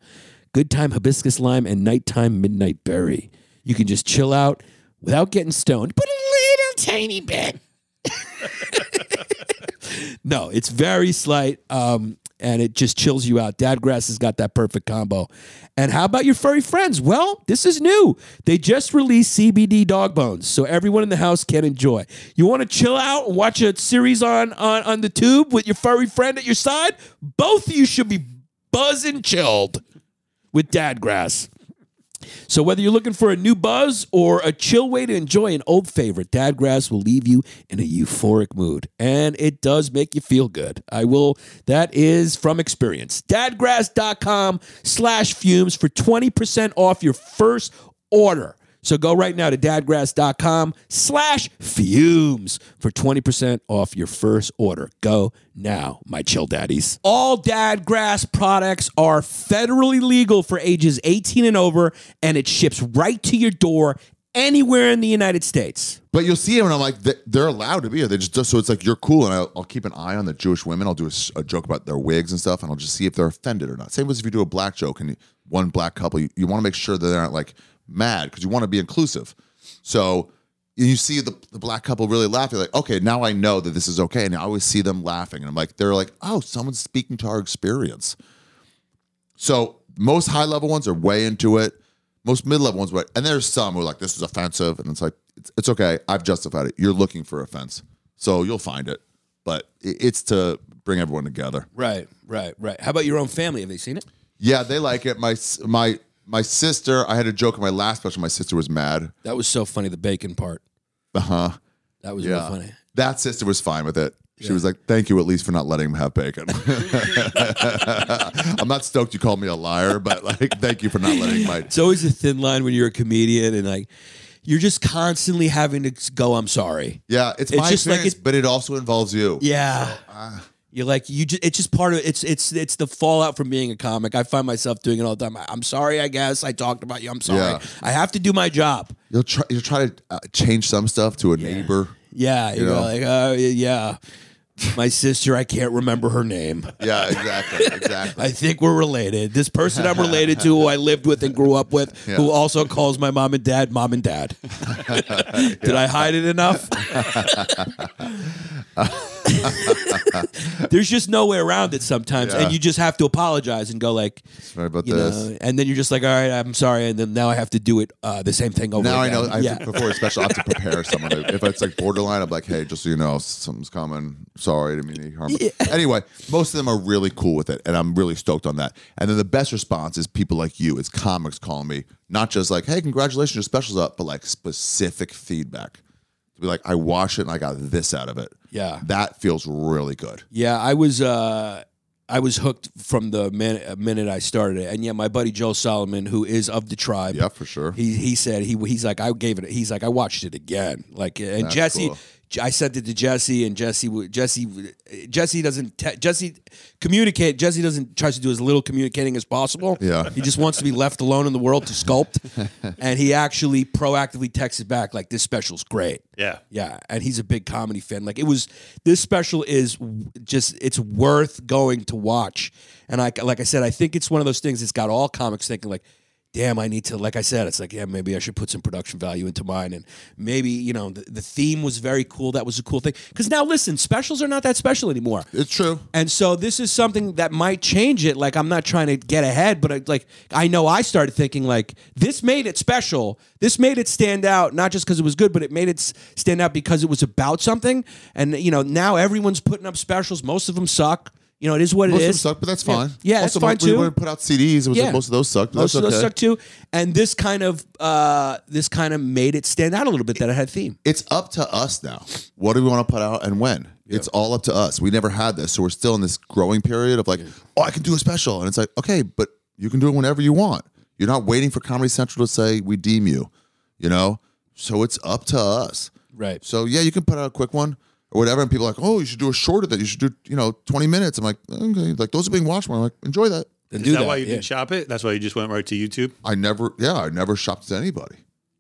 Speaker 1: good time hibiscus lime, and nighttime midnight berry. You can just chill out without getting stoned, but a little tiny bit. No, it's very slight, um, and it just chills you out. Dadgrass has got that perfect combo. And how about your furry friends? Well, this is new. They just released CBD dog bones, so everyone in the house can enjoy. You want to chill out and watch a series on, on on the tube with your furry friend at your side? Both of you should be buzzing chilled with Dadgrass. So whether you're looking for a new buzz or a chill way to enjoy an old favorite, Dadgrass will leave you in a euphoric mood, and it does make you feel good. I will. That is from experience. Dadgrass.com/fumes for 20% off your first order. So go right now to dadgrass.com slash fumes for 20% off your first order. Go now, my chill daddies. All dadgrass products are federally legal for ages 18 and over, and it ships right to your door anywhere in the United States.
Speaker 3: But you'll see him, and I'm like, "They- they're allowed to be here. They just so it's like you're cool, and I'll, I'll keep an eye on the Jewish women. I'll do a, s- a joke about their wigs and stuff, and I'll just see if they're offended or not. Same as if you do a black joke and you, one black couple, you, you want to make sure that they're not like mad because you want to be inclusive. So you see the, the black couple really laugh. You're like, okay, now I know that this is okay. And I always see them laughing, and I'm like, they're like, oh, someone's speaking to our experience. So most high level ones are way into it. Most mid level ones, were, and there's some who are like, this is offensive, and it's like, it's, it's okay. I've justified it. You're looking for offense, so you'll find it. But i- it's to bring everyone together.
Speaker 1: Right, right, right. How about your own family? Have they seen it?
Speaker 3: Yeah, they like it. My s- my my sister. I had a joke in my last special. My sister was mad.
Speaker 1: That was so funny, the bacon part.
Speaker 3: Uh huh.
Speaker 1: That was
Speaker 3: Yeah.
Speaker 1: real funny.
Speaker 3: That sister was fine with it. She was like, "Thank you, at least for not letting him have bacon." I'm not stoked you called me a liar, but like, thank you for not letting my.
Speaker 1: It's always a thin line when you're a comedian and like you're just constantly having to go, I'm sorry.
Speaker 3: Yeah, it's,
Speaker 1: It's
Speaker 3: my
Speaker 1: just like
Speaker 3: experience,
Speaker 1: it-
Speaker 3: but it also involves you.
Speaker 1: Yeah. you're like you just it's just part of it's it's it's the fallout from being a comic. I find myself doing it all the time. I, I'm sorry, I guess. I talked about you. I'm sorry.
Speaker 3: Yeah.
Speaker 1: I have to do my job.
Speaker 3: You'll try. You'll try to uh, change some stuff to a neighbor.
Speaker 1: Yeah, you
Speaker 3: know?
Speaker 1: know, like uh, yeah. My sister, I can't remember her name.
Speaker 3: Yeah, exactly, exactly.
Speaker 1: I think we're related. This person I'm related to, who I lived with and grew up with, who
Speaker 3: Yeah.
Speaker 1: also calls my mom and dad mom and dad. Did I hide it enough? There's just no way around it sometimes,
Speaker 3: Yeah.
Speaker 1: and you just have to apologize and go like,
Speaker 3: Sorry about
Speaker 1: you
Speaker 3: this.
Speaker 1: know, and then you're just like, all right, I'm sorry, and then now I have to do it uh, the same thing over.
Speaker 3: Now I
Speaker 1: again.
Speaker 3: know. I,
Speaker 1: yeah,
Speaker 3: Before a special, I have to prepare someone. If it's like borderline, I'm like, hey, just so you know, something's coming. Sorry, didn't mean any harm. Anyway, most of them are really cool with it, and I'm really stoked on that. And then the best response is people like you. It's comics calling me, not just like, hey, congratulations, your special's up, but like specific feedback. To be like, I watched it and I got this out of it.
Speaker 1: Yeah.
Speaker 3: that feels really good.
Speaker 1: yeah. I was. Uh, I was hooked from the min- uh, minute I started it, and yeah, my buddy Joe Solomon, who is of the tribe,
Speaker 3: Yeah, for sure.
Speaker 1: He he said he he's like I gave it. He's like I watched it again. Like and
Speaker 3: That's
Speaker 1: Jesse,
Speaker 3: cool.
Speaker 1: J- I sent it to Jesse, and Jesse w- Jesse w- Jesse doesn't te- Jesse communicate. Jesse doesn't tries to do as little communicating as possible.
Speaker 3: Yeah.
Speaker 1: he just wants to be left alone in the world to sculpt. and he actually proactively texted back like this special's great.
Speaker 4: Yeah.
Speaker 1: Yeah, and he's a big comedy fan. Like it was this special is w- just it's worth going to watch. And I like I said, I think it's one of those things. It's got all comics thinking like, damn, I need to. Like I said, it's like yeah, maybe I should put some production value into mine. And maybe you know the, the theme was very cool. That was a cool thing. Because now listen, specials are not that special anymore.
Speaker 3: It's true.
Speaker 1: And so this is something that might change it. Like I'm not trying to get ahead, but I, like I know I started thinking like this made it special. This made it stand out, not just because it was good, but it made it s- stand out because it was about something. And you know now everyone's putting up specials. Most of them suck. You know it is what it
Speaker 3: Most of them
Speaker 1: is.
Speaker 3: suck, but that's
Speaker 1: Yeah.
Speaker 3: fine.
Speaker 1: Yeah,
Speaker 3: also,
Speaker 1: that's fine
Speaker 3: we
Speaker 1: too.
Speaker 3: wouldn't put out CDs. It was
Speaker 1: Yeah.
Speaker 3: like most of those sucked. but
Speaker 1: Most
Speaker 3: that's
Speaker 1: of those
Speaker 3: okay.
Speaker 1: suck too. And this kind of uh, this kind of made it stand out a little bit that it had theme.
Speaker 3: it's up to us now. What do we want to put out and when? It's all up to us. We never had this, so we're still in this growing period of like, oh, I can do a special, and it's like, okay, but you can do it whenever you want. You're not waiting for Comedy Central to say we deem you, you know. So it's up to us.
Speaker 1: Right.
Speaker 3: So yeah, you can put out a quick one or whatever, and people are like, oh, you should do a shorter that you should do, you know, 20 minutes. I'm like, okay, like those are being watched more. I'm like, enjoy that.
Speaker 1: And
Speaker 4: Is
Speaker 1: do
Speaker 4: that, why you
Speaker 1: yeah.
Speaker 4: didn't shop it? That's why you just went right to YouTube.
Speaker 3: I never, yeah, I never shopped to anybody.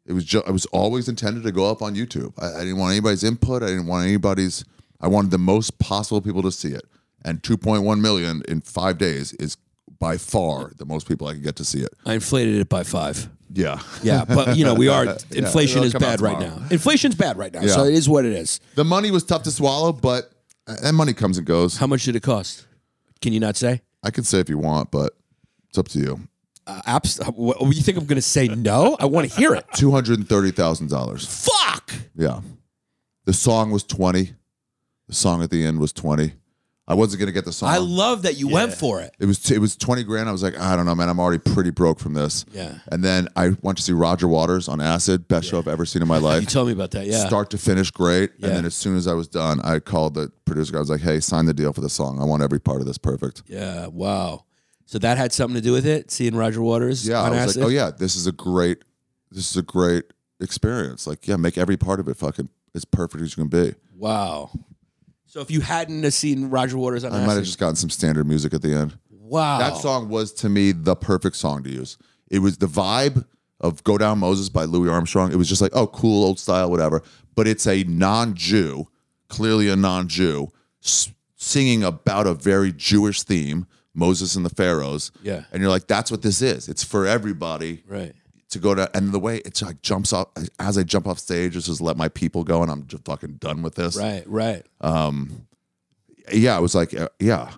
Speaker 3: It was just, I was always intended to go up on YouTube. I, I didn't want anybody's input. I didn't want anybody's. I wanted the most possible people to see it. And 2.1 million in five days is by far the most people I could get to see it.
Speaker 1: I inflated it by five.
Speaker 3: Yeah,
Speaker 1: Yeah, but you know we are inflation
Speaker 3: It'll
Speaker 1: is
Speaker 3: come out
Speaker 1: bad right
Speaker 3: tomorrow.
Speaker 1: now. Inflation's bad right now,
Speaker 3: Yeah.
Speaker 1: so it is what it is.
Speaker 3: the money was tough to swallow, but and money comes and goes.
Speaker 1: How much did it cost? Can you not say?
Speaker 3: I can say if you want, but it's up to you.
Speaker 1: Uh, abs- what, you think I'm going to say no? I want to hear it.
Speaker 3: Two hundred thirty thousand dollars.
Speaker 1: Fuck.
Speaker 3: Yeah, the song was twenty. The song at the end was twenty. I wasn't gonna get the song.
Speaker 1: I love that you went for it.
Speaker 3: It was it was twenty grand. I was like, I don't know, man. I'm already pretty broke from this.
Speaker 1: Yeah.
Speaker 3: And then I went to see Roger Waters on Acid, best show I've ever seen in my
Speaker 1: You
Speaker 3: life.
Speaker 1: told me about that. Yeah.
Speaker 3: Start to finish, great.
Speaker 1: Yeah.
Speaker 3: And then as soon as I was done, I called the producer. I was like, Hey, sign the deal for the song. I want every part of this perfect.
Speaker 1: yeah. Wow. So that had something to do with it. Seeing Roger Waters.
Speaker 3: Yeah. I
Speaker 1: on
Speaker 3: was
Speaker 1: acid?
Speaker 3: like, Oh yeah, this is a great, this is a great experience. Like, yeah, make every part of it fucking as perfect as you can be.
Speaker 1: Wow. So if you hadn't have seen Roger Waters on
Speaker 3: I might have
Speaker 1: acid,
Speaker 3: just gotten some standard music at the end.
Speaker 1: wow.
Speaker 3: That song was to me the perfect song to use. It was the vibe of Go Down Moses by Louis Armstrong. It was just like, oh, cool, old style, whatever. But it's a non Jew, clearly a non Jew, singing about a very Jewish theme, Moses and the Pharaohs.
Speaker 1: Yeah.
Speaker 3: And you're like, that's what this is. It's for everybody
Speaker 1: Right.
Speaker 3: to go to. And the way it like jumps off, as I jump off stage, it's just let my people go and I'm just fucking done with this.
Speaker 1: Right. Right.
Speaker 3: Yeah, I was like, uh, yeah.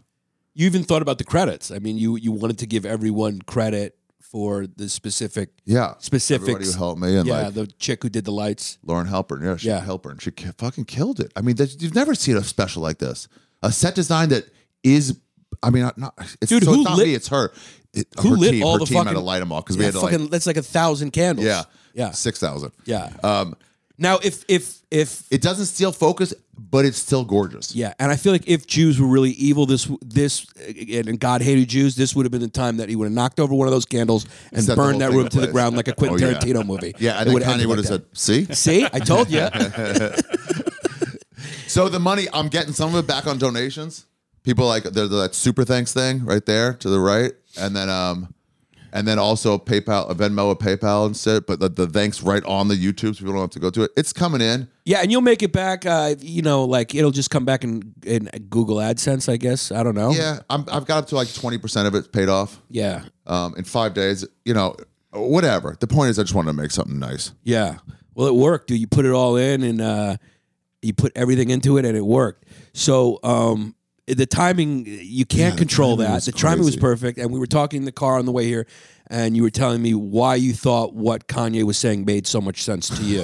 Speaker 1: you even thought about the credits. I mean, you you wanted to give everyone credit for the specific
Speaker 3: Yeah. Everybody
Speaker 1: specifics.
Speaker 3: who helped me and
Speaker 1: yeah,
Speaker 3: like
Speaker 1: the chick who did the lights.
Speaker 3: Lauren Halpern. Yeah, she
Speaker 1: Yeah.
Speaker 3: Halpern. She ki- fucking killed it. I mean, that, you've never seen a special like this. A set design that is I mean, I'm not, it's,
Speaker 1: Dude,
Speaker 3: so
Speaker 1: who
Speaker 3: it's not
Speaker 1: lit-
Speaker 3: me, it's her. It,
Speaker 1: Who
Speaker 3: her
Speaker 1: lit
Speaker 3: team,
Speaker 1: all
Speaker 3: her
Speaker 1: the
Speaker 3: team
Speaker 1: fucking?
Speaker 3: had to light them all because we
Speaker 1: yeah,
Speaker 3: had to
Speaker 1: fucking,
Speaker 3: like,
Speaker 1: that's like a thousand candles.
Speaker 3: yeah,
Speaker 1: yeah,
Speaker 3: six thousand.
Speaker 1: yeah.
Speaker 3: Um,
Speaker 1: now, if if if
Speaker 3: it doesn't steal focus, but it's still gorgeous.
Speaker 1: Yeah, and I feel like if Jews were really evil, this this and God hated Jews, this would have been the time that he would have knocked over one of those candles and
Speaker 3: Set the
Speaker 1: burned
Speaker 3: whole
Speaker 1: that
Speaker 3: thing
Speaker 1: room to the
Speaker 3: ablaze.
Speaker 1: ground like a Quentin
Speaker 3: Oh, yeah.
Speaker 1: Tarantino movie.
Speaker 3: Yeah,
Speaker 1: It
Speaker 3: and then
Speaker 1: would've
Speaker 3: Kanye
Speaker 1: ended
Speaker 3: would have
Speaker 1: like
Speaker 3: said, "See."
Speaker 1: that. "See, I told you."
Speaker 3: So the money I'm getting some of it back on donations. People like there's that super thanks thing right there to the right, and then um, and then also PayPal, Venmo, or PayPal instead. But the, the thanks right on the YouTube, so people don't have to go to it. It's coming in.
Speaker 1: yeah, and you'll make it back. Uh, you know, like it'll just come back in in Google AdSense, I guess. I don't know.
Speaker 3: Yeah, I'm, I've got up to like twenty percent of it paid off.
Speaker 1: yeah,
Speaker 3: Um, in five days, you know, whatever. The point is, I just wanted to make something nice.
Speaker 1: yeah. Well, it worked, dude. You put it all in, and uh, you put everything into it, and it worked. So. um the timing you can't control
Speaker 3: timing
Speaker 1: that
Speaker 3: was
Speaker 1: the timing was
Speaker 3: crazy.
Speaker 1: perfect and we were talking in the car on the way here and you were telling me why you thought what kanye was saying made so much sense to you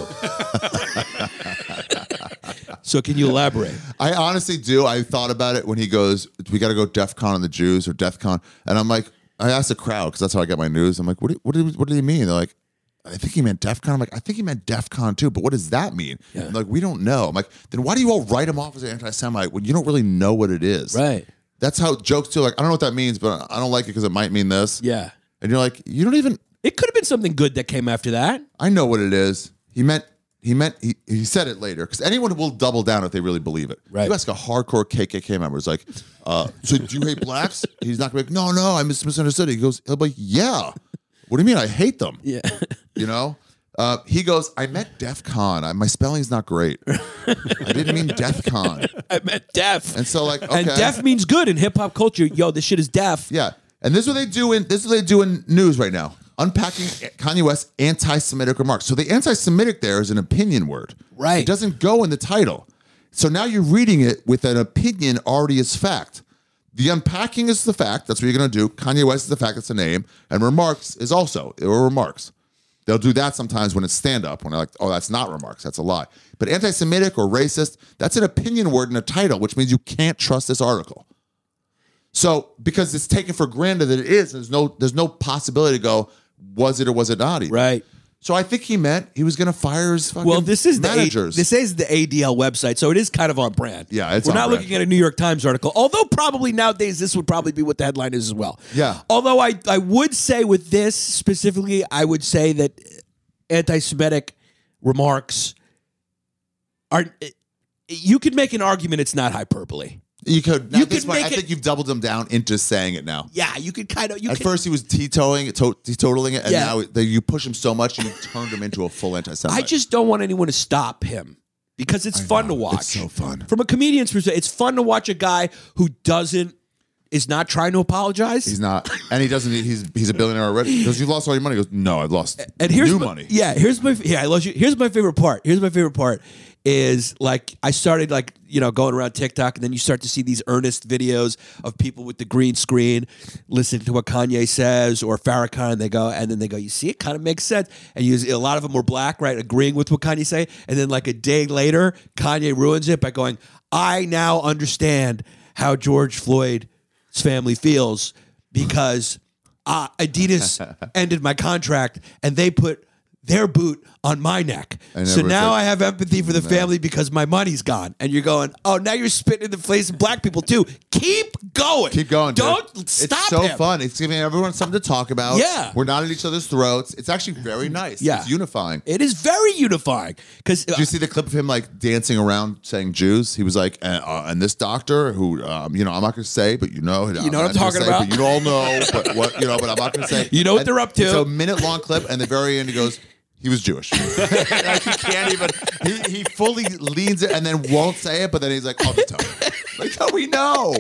Speaker 1: so can you elaborate
Speaker 3: I honestly do. I thought about it when he goes, "We got to go DEF CON on the Jews or DEF CON," and I'm like, I asked the crowd because that's how I get my news. I'm like, "What? Do, what, do, what did he mean?" They're like, "I think he meant DEF CON." I'm like, "I think he meant DEF CON too," but what does that mean?
Speaker 1: Yeah.
Speaker 3: And they're like, we don't know. I'm like, then why do you all write him off as an anti-Semite when you don't really know what it is?
Speaker 1: right
Speaker 3: That's how jokes too. Like, I don't know what that means, but I don't like it because it might mean this.
Speaker 1: yeah
Speaker 3: And you're like, you don't even.
Speaker 1: it could have been something good that came after that
Speaker 3: I know what it is. He meant he meant he, he said it later because anyone will double down if they really believe it.
Speaker 1: Right.
Speaker 3: You ask a hardcore KKK member, it's like, uh, so do you hate blacks? He's not gonna be like, no, no, I mis- misunderstood. He goes, he'll be like, yeah. What do you mean? I hate them.
Speaker 1: yeah
Speaker 3: You know. Uh, he goes, I meant DEF CON. I, my spelling's not great. I didn't mean DEF CON.
Speaker 1: i meant deaf
Speaker 3: And so like, okay.
Speaker 1: and deaf means good in hip-hop culture yo this shit is deaf
Speaker 3: Yeah, and this is what they do in this is what they do in news right now, unpacking Kanye West's anti-Semitic remarks. So the anti-Semitic there is an opinion word,
Speaker 1: Right.
Speaker 3: It doesn't go in the title. So now you're reading it with an opinion already as fact. The unpacking is the fact. That's what you're gonna do. Kanye West is the fact. That's the name, and remarks is also or remarks. They'll do that sometimes when it's stand up, when they're like, oh, that's not remarks, that's a lie. But anti Semitic or racist, that's an opinion word in a title, which means you can't trust this article. So because it's taken for granted that it is, there's no there's no possibility to go was it or was it not? even.
Speaker 1: right
Speaker 3: So I think he meant he was going to fire his fucking
Speaker 1: Well, this is the
Speaker 3: managers.
Speaker 1: A, this is the ADL website, so it is kind of on brand.
Speaker 3: Yeah, it's
Speaker 1: we're
Speaker 3: on
Speaker 1: not
Speaker 3: brand.
Speaker 1: looking at a New York Times article, although probably nowadays this would probably be what the headline is as well.
Speaker 3: Yeah.
Speaker 1: Although I I would say with this specifically, I would say that anti-Semitic remarks are. You could make an argument it's not hyperbole.
Speaker 3: you could. Now
Speaker 1: You
Speaker 3: at this
Speaker 1: could
Speaker 3: point,
Speaker 1: make
Speaker 3: I
Speaker 1: it-
Speaker 3: think you've doubled him down into saying it now.
Speaker 1: Yeah, you could kind of. You
Speaker 3: At
Speaker 1: could,
Speaker 3: first he was teetotaling, it, to- teetotaling it, and
Speaker 1: Yeah.
Speaker 3: now that you push him so much, you turned him into a full
Speaker 1: I
Speaker 3: anti-Semite.
Speaker 1: just don't want anyone to stop him because it's fun to watch.
Speaker 3: so fun.
Speaker 1: From a comedian's perspective, it's fun to watch a guy who doesn't is not trying to apologize.
Speaker 3: He's not, and he doesn't. He's he's a billionaire already. He goes, you lost all your money. He goes, no, I lost
Speaker 1: and here's
Speaker 3: new
Speaker 1: my-
Speaker 3: money.
Speaker 1: Yeah, here's my yeah. I love you. Here's my favorite part. Here's my favorite part is like I started like you know going around TikTok, and then you start to see these earnest videos of people with the green screen listening to what Kanye says or Farrakhan. And they go and then they go, you see, it kind of makes sense. And you, a lot of them were black, right, agreeing with what Kanye say, and then like a day later, Kanye ruins it by going, I now understand how George Floyd's family feels because uh, Adidas ended my contract and they put their boot on my neck.
Speaker 3: I
Speaker 1: So
Speaker 3: never
Speaker 1: now
Speaker 3: said-
Speaker 1: I have empathy for the family because my money's gone. And you're going, oh, now you're spitting in the face of black people too. Keep going.
Speaker 3: Keep going. dude.
Speaker 1: Don't stop.
Speaker 3: It's so
Speaker 1: him.
Speaker 3: fun. It's giving everyone something to talk about.
Speaker 1: Yeah.
Speaker 3: We're not at each other's throats. It's actually very nice.
Speaker 1: Yeah.
Speaker 3: It's unifying.
Speaker 1: It is very unifying because
Speaker 3: Did you see the clip of him like dancing around saying Jews? He was like, and, uh, and this doctor who, um, you know, I'm not going to say, but you know,
Speaker 1: You know what I'm
Speaker 3: not gonna
Speaker 1: talking
Speaker 3: say,
Speaker 1: about.
Speaker 3: But you all know, but what you know, but I'm not going to say.
Speaker 1: You know what
Speaker 3: And
Speaker 1: they're up to.
Speaker 3: It's a minute long clip, and the very end he goes. He was Jewish. like he can't even. He, he fully leans it and then won't say it, but then he's like, "I'll just tell." you." Like, how we know?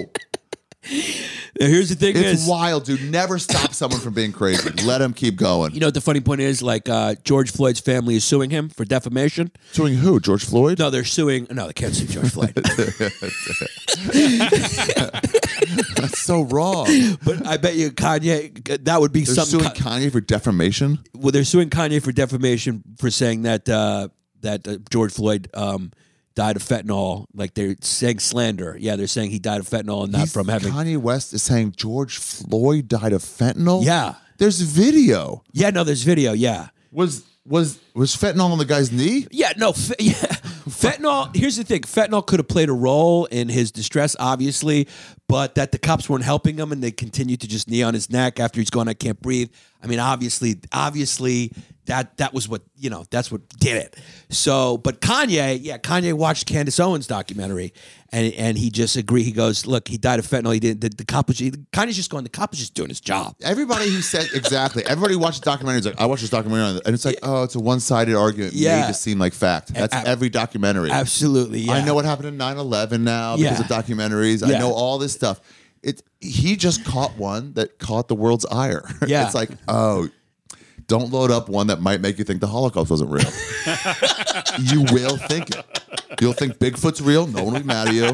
Speaker 1: uh, here's the thing
Speaker 3: It's
Speaker 1: is,
Speaker 3: wild, dude. Never stop someone from being crazy. Let him keep going.
Speaker 1: you know what the funny point is? Like uh, George Floyd's family is suing him for defamation.
Speaker 3: Suing who? George Floyd?
Speaker 1: No, they're suing. No, they can't sue George Floyd.
Speaker 3: That's so wrong.
Speaker 1: but I bet you Kanye, that would be
Speaker 3: They're
Speaker 1: some
Speaker 3: suing
Speaker 1: ki-
Speaker 3: Kanye for defamation.
Speaker 1: well, they're suing Kanye for defamation for saying that uh, that uh, George Floyd um, died of fentanyl. Like they're saying slander. Yeah, they're saying he died of fentanyl and not
Speaker 3: He's-
Speaker 1: Uh, from having.
Speaker 3: Kanye West is saying George Floyd died of fentanyl.
Speaker 1: Yeah.
Speaker 3: there's video.
Speaker 1: yeah, no, there's video. Yeah.
Speaker 3: Was was was fentanyl on the guy's knee?
Speaker 1: Yeah, no, fe- yeah. fentanyl. Here's the thing: fentanyl could have played a role in his distress, obviously, but that the cops weren't helping him, and they continued to just knee on his neck after he's gone. I can't breathe. I mean, obviously, obviously, that that was what you know. That's what did it. So, but Kanye, yeah, Kanye watched Candace Owens documentary, and and he just agreed. He goes, look, he died of fentanyl. He didn't. The, the cop was Kanye's just going. The cop was just doing his job.
Speaker 3: Everybody who said exactly. Everybody who watches documentaries like I watched this documentary on it," and it's like oh, it's a one-sided argument
Speaker 1: Yeah.
Speaker 3: made to seem like fact. That's
Speaker 1: ab-
Speaker 3: every documentary.
Speaker 1: Absolutely. Yeah.
Speaker 3: I know what happened in 9/11 now because
Speaker 1: Yeah.
Speaker 3: of documentaries. I
Speaker 1: Yeah.
Speaker 3: know all this stuff. It he just caught one that caught the world's ire.
Speaker 1: Yeah.
Speaker 3: it's like oh, don't load up one that might make you think the Holocaust wasn't real. you will think it. You'll think Bigfoot's real. No one will be mad at you.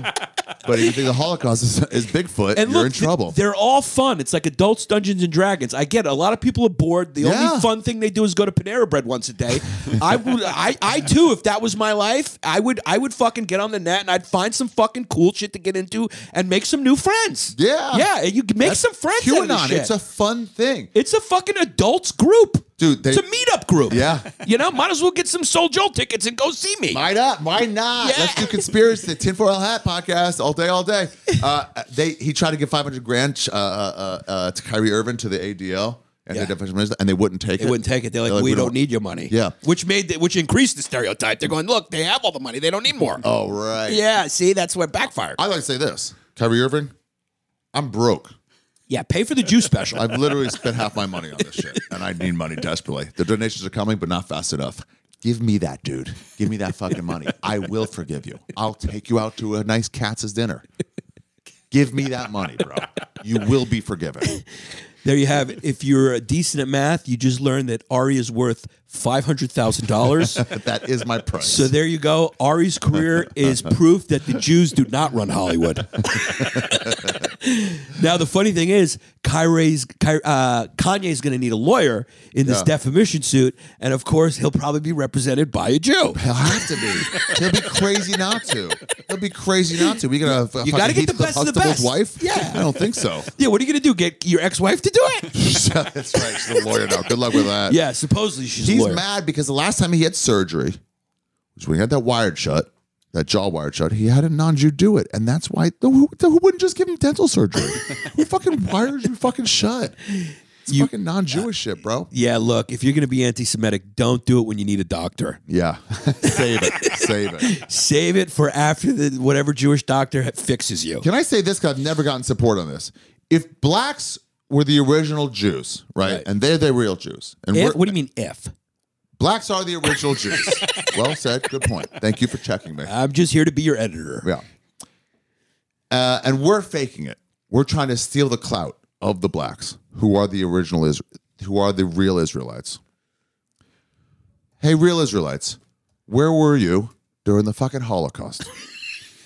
Speaker 3: But if you think the Holocaust is, is Bigfoot,
Speaker 1: And
Speaker 3: you're
Speaker 1: look,
Speaker 3: in
Speaker 1: th-
Speaker 3: trouble.
Speaker 1: they're all fun. It's like adults Dungeons and Dragons. I get it. a lot of people are bored. The
Speaker 3: Yeah.
Speaker 1: only fun thing they do is go to Panera Bread once a day. I would, I, I too, if that was my life, I would, I would fucking get on the net and I'd find some fucking cool shit to get into and make some new friends.
Speaker 3: Yeah.
Speaker 1: yeah, you can make some friends. out of this
Speaker 3: QAnon.
Speaker 1: shit.
Speaker 3: It's a fun thing.
Speaker 1: it's a fucking adults group,
Speaker 3: Dude, they-
Speaker 1: it's a meetup group.
Speaker 3: Yeah.
Speaker 1: you know, might as well get some Soul Joel tickets and go see me.
Speaker 3: Why not? Why not?
Speaker 1: Yeah.
Speaker 3: Let's do conspiracy. The tinfoil hat podcast all day, all day. Uh, they he tried to give five hundred grand uh, uh, uh, to Kyrie Irving to the ADL and
Speaker 1: Yeah.
Speaker 3: the defense minister, and they wouldn't take
Speaker 1: They
Speaker 3: it.
Speaker 1: wouldn't take it. They're like,
Speaker 3: They're like,
Speaker 1: we,
Speaker 3: we
Speaker 1: don't,
Speaker 3: don't-
Speaker 1: need your money.
Speaker 3: Yeah.
Speaker 1: which made the, which increased the stereotype. They're going, look, they have all the money. They don't need more.
Speaker 3: Oh right.
Speaker 1: Yeah, see, that's where it backfired.
Speaker 3: I like to say this, Kyrie Irving. I'm broke.
Speaker 1: Yeah, pay for the Jew special.
Speaker 3: I've literally spent half my money on this shit, and I need money desperately. The donations are coming, but not fast enough. Give me that, dude. Give me that fucking money. I will forgive you. I'll take you out to a nice Katz's dinner. Give me that money, bro. You will be forgiven.
Speaker 1: there you have it. If you're uh, decent at math, you just learned that Ari is worth five hundred thousand dollars.
Speaker 3: But that is my price.
Speaker 1: So there you go. Ari's career is proof that the Jews do not run Hollywood. now the funny thing is, Kyrie's, Ky, uh, Kanye's going to need a lawyer in this
Speaker 3: Yeah.
Speaker 1: defamation suit, and of course he'll probably be represented by a Jew.
Speaker 3: He'll have to be. He'll be crazy not to. He'll be crazy not to. We gonna
Speaker 1: You gotta get the best of the best.
Speaker 3: wife?
Speaker 1: Yeah.
Speaker 3: I don't think so.
Speaker 1: Yeah, what are you going to do? Get your ex-wife to do it?
Speaker 3: That's right. She's a lawyer now. Good luck with that.
Speaker 1: Yeah, supposedly she's
Speaker 3: He's
Speaker 1: a lawyer.
Speaker 3: mad because the last time he had surgery, was when he had that wired shut, that jaw wired shut, he had a non-Jew do it, and that's why who, who wouldn't just give him dental surgery? who fucking wired you fucking shut? It's fucking non-Jewish shit, bro.
Speaker 1: Yeah, look, if you're going to be anti Semitic, don't do it when you need a doctor.
Speaker 3: Yeah, save it, save it.
Speaker 1: Save it for after the whatever Jewish doctor ha- fixes you.
Speaker 3: Can I say this? Because I've never gotten support on this. If blacks were the original Jews, right,
Speaker 1: Right.
Speaker 3: and they're the real Jews, and
Speaker 1: If,
Speaker 3: we're,
Speaker 1: what do you mean if?
Speaker 3: blacks are the original Jews. well said. Good point. Thank you for checking me.
Speaker 1: I'm just here to be your editor.
Speaker 3: Yeah. Uh, and we're faking it. We're trying to steal the clout of the blacks, who are the original is, who are the real Israelites. Hey, real Israelites, where were you during the fucking Holocaust?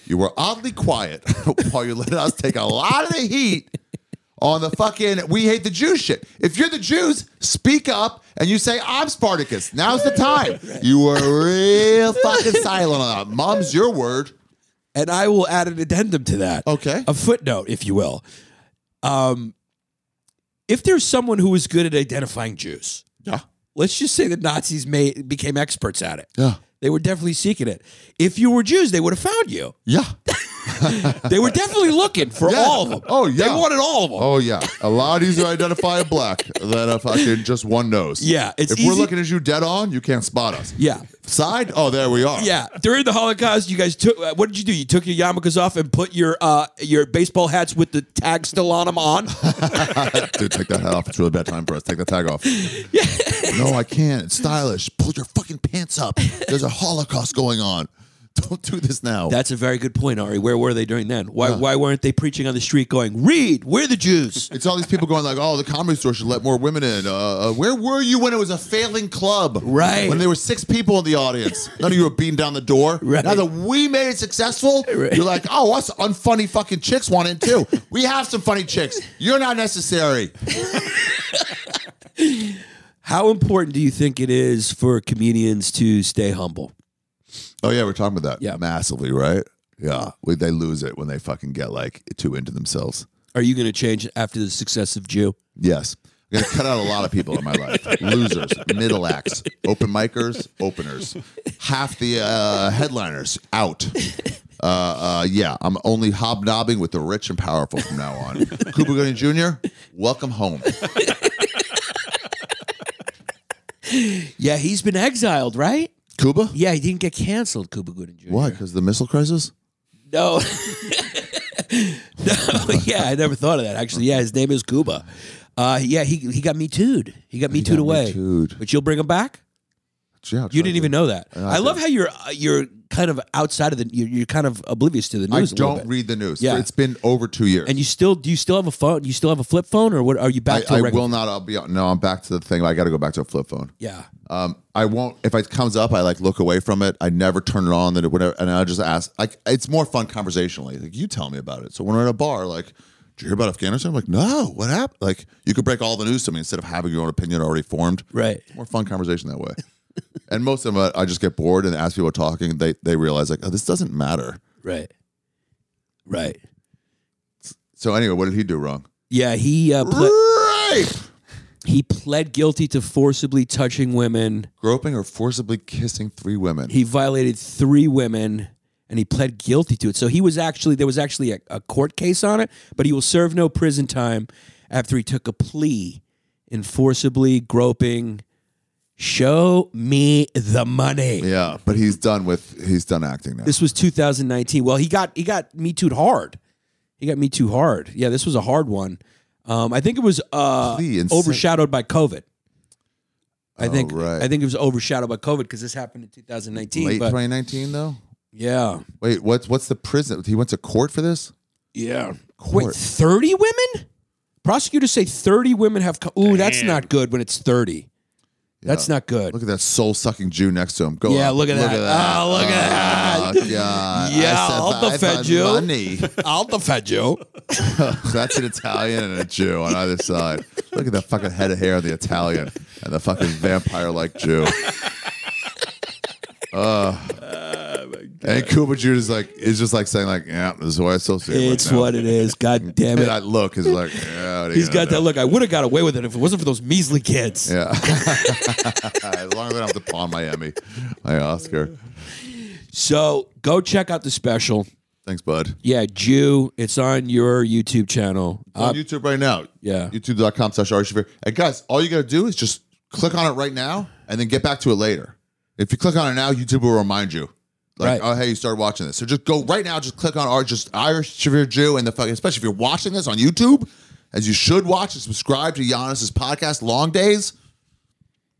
Speaker 3: you were oddly quiet while you let us take a lot of the heat on the fucking we hate the Jews shit. If you're the Jews, speak up and you say I'm Spartacus. Now's the time. You were real fucking silent on that. Mom's your word.
Speaker 1: And I will add an addendum to that.
Speaker 3: Okay.
Speaker 1: A footnote, if you will. Um, if there's someone who is good at identifying Jews,
Speaker 3: Yeah.
Speaker 1: let's just say the Nazis made, became experts at it.
Speaker 3: Yeah.
Speaker 1: They were definitely seeking it. If you were Jews, they would have found you.
Speaker 3: Yeah.
Speaker 1: They were definitely looking for
Speaker 3: Yeah.
Speaker 1: all of them.
Speaker 3: Oh, yeah.
Speaker 1: They wanted all of them.
Speaker 3: Oh yeah. A lot easier to identify a black than a fucking just one nose.
Speaker 1: Yeah, it's
Speaker 3: if we're
Speaker 1: easy-
Speaker 3: looking at you dead on, you can't spot us.
Speaker 1: Yeah.
Speaker 3: Side? Oh, there we are.
Speaker 1: Yeah, during the Holocaust, you guys took. Uh, what did you do? You took your yarmulkes off and put your uh, your baseball hats with the tag still on them on.
Speaker 3: Dude, take that hat off. It's really bad time for us. Take the tag off. No, I can't. It's stylish. Pull your fucking pants up. There's a Holocaust going on. Don't do this now.
Speaker 1: That's a very good point, Ari. Where were they during then? Why why weren't they preaching on the street going, "Read, we're the Jews"?
Speaker 3: it's all these people going like, "Oh, the comedy store should let more women in." Uh, uh, where were you when it was a failing club?
Speaker 1: Right.
Speaker 3: When there were six people in the audience, none of you were beating down the door.
Speaker 1: Right.
Speaker 3: Now that we made it successful, you're like, "Oh, us unfunny fucking chicks want in too. we have some funny chicks. You're not necessary."
Speaker 1: How important do you think it is for comedians to stay humble?
Speaker 3: Oh yeah, we're talking about that.
Speaker 1: Yeah.
Speaker 3: massively, right? Yeah, we, they lose it when they fucking get like too into themselves.
Speaker 1: Are you going to change after the success of Jew?
Speaker 3: Yes, I'm gonna cut out a lot of people in my life. Losers, middle acts, open micers, openers, half the uh, headliners out. Uh, uh, yeah, I'm only hobnobbing with the rich and powerful from now on. Cooper Gooding Jr., welcome home.
Speaker 1: Yeah, he's been exiled, right?
Speaker 3: Cuba?
Speaker 1: Yeah, he didn't get canceled, Cuba Gooding Jr.
Speaker 3: Why? Because the missile crisis?
Speaker 1: No. no, yeah, I never thought of that. Actually, yeah, his name is Cuba. Uh, yeah, he he got me tooed. He got me
Speaker 3: got
Speaker 1: tooed away.
Speaker 3: Me-tooed.
Speaker 1: But you'll bring him back.
Speaker 3: Yeah,
Speaker 1: You didn't even know that.
Speaker 3: I
Speaker 1: I love how you're uh, you're kind of outside of the you're, you're kind of oblivious to the
Speaker 3: I
Speaker 1: news. a little
Speaker 3: don't
Speaker 1: bit.
Speaker 3: read the news.
Speaker 1: Yeah.
Speaker 3: It's been over two years.
Speaker 1: And you still do you still have a phone? You still have a flip phone, or what? Are you back
Speaker 3: I,
Speaker 1: to a
Speaker 3: I
Speaker 1: regular?
Speaker 3: will not. I'll be no. I'm back to the thing. I got to go back to a flip phone.
Speaker 1: Yeah.
Speaker 3: Um, I won't. If it comes up, I like look away from it. I never turn it on. Then it whatever, and I just ask. Like it's more fun conversationally. Like you tell me about it. So when we're at a bar, like, did you hear about Afghanistan? I'm like, no. What happened? Like you could break all the news to me instead of having your own opinion already formed.
Speaker 1: Right.
Speaker 3: More fun conversation that way. and most of them, I, I just get bored and ask people talking. And they they realize like, oh, this doesn't matter.
Speaker 1: Right. Right.
Speaker 3: So anyway, what did he do wrong?
Speaker 1: Yeah. He uh, ple-
Speaker 3: Rape,
Speaker 1: he pled guilty to forcibly touching women.
Speaker 3: groping, or forcibly kissing three women.
Speaker 1: he violated three women and he pled guilty to it. So he was actually there was actually a, a court case on it, but he will serve no prison time after he took a plea in forcibly groping. Show me the money.
Speaker 3: Yeah, but he's done with he's done acting now.
Speaker 1: This was 2019. Well, he got he got me too hard. He got me too hard. Yeah, this was a hard one. Um, I think it was uh,
Speaker 3: Plea in-
Speaker 1: overshadowed by COVID. I
Speaker 3: Oh,
Speaker 1: think
Speaker 3: right.
Speaker 1: I think it was overshadowed by COVID because this happened in 2019.
Speaker 3: Late
Speaker 1: but
Speaker 3: 2019 though.
Speaker 1: yeah,
Speaker 3: Wait, what's what's the prison? He went to court for this.
Speaker 1: Yeah. Wait,
Speaker 3: Court.
Speaker 1: 30 women? Prosecutors say 30 women have. Co- Ooh, that's
Speaker 4: Damn.
Speaker 1: not good when it's 30. That's not good.
Speaker 3: Look at that soul sucking Jew next to him. Go.
Speaker 1: Yeah,
Speaker 3: up.
Speaker 1: look at that. Oh, look
Speaker 3: Ah.
Speaker 1: at that.
Speaker 3: God.
Speaker 1: Yeah,
Speaker 3: I
Speaker 1: I'll
Speaker 3: survive
Speaker 1: defend
Speaker 3: on
Speaker 1: you.
Speaker 3: Money.
Speaker 1: I'll defend you.
Speaker 3: That's an Italian and a Jew on either side. Look at that fucking head of hair on the Italian and the fucking vampire like Jew.
Speaker 1: Oh
Speaker 3: Uh, and Cuba Jude is like is just like saying like yeah this is why I associate with
Speaker 1: It's
Speaker 3: now.
Speaker 1: what it is. God damn
Speaker 3: and
Speaker 1: it.
Speaker 3: I look is like yeah, what are you
Speaker 1: He's
Speaker 3: gonna
Speaker 1: got that
Speaker 3: do?
Speaker 1: look. I would have got away with it if it wasn't for those measly kids.
Speaker 3: Yeah. as long as I don't have to pawn my Emmy, my Oscar.
Speaker 1: So go check out the special.
Speaker 3: Thanks, bud.
Speaker 1: Yeah, Jew. It's on your YouTube channel. Uh,
Speaker 3: on YouTube right now.
Speaker 1: yeah.
Speaker 3: YouTube.com slash Ari Shaffir. And guys, all you got to do is just click on it right now and then get back to it later. If you click on it now, YouTube will remind you.
Speaker 1: Right.
Speaker 3: Like, oh, hey, you started watching this. So just go right now, just click on our just Irish Shavir Jew and the fucking, especially if you're watching this on YouTube, as you should watch and subscribe to Giannis's podcast, Long Days.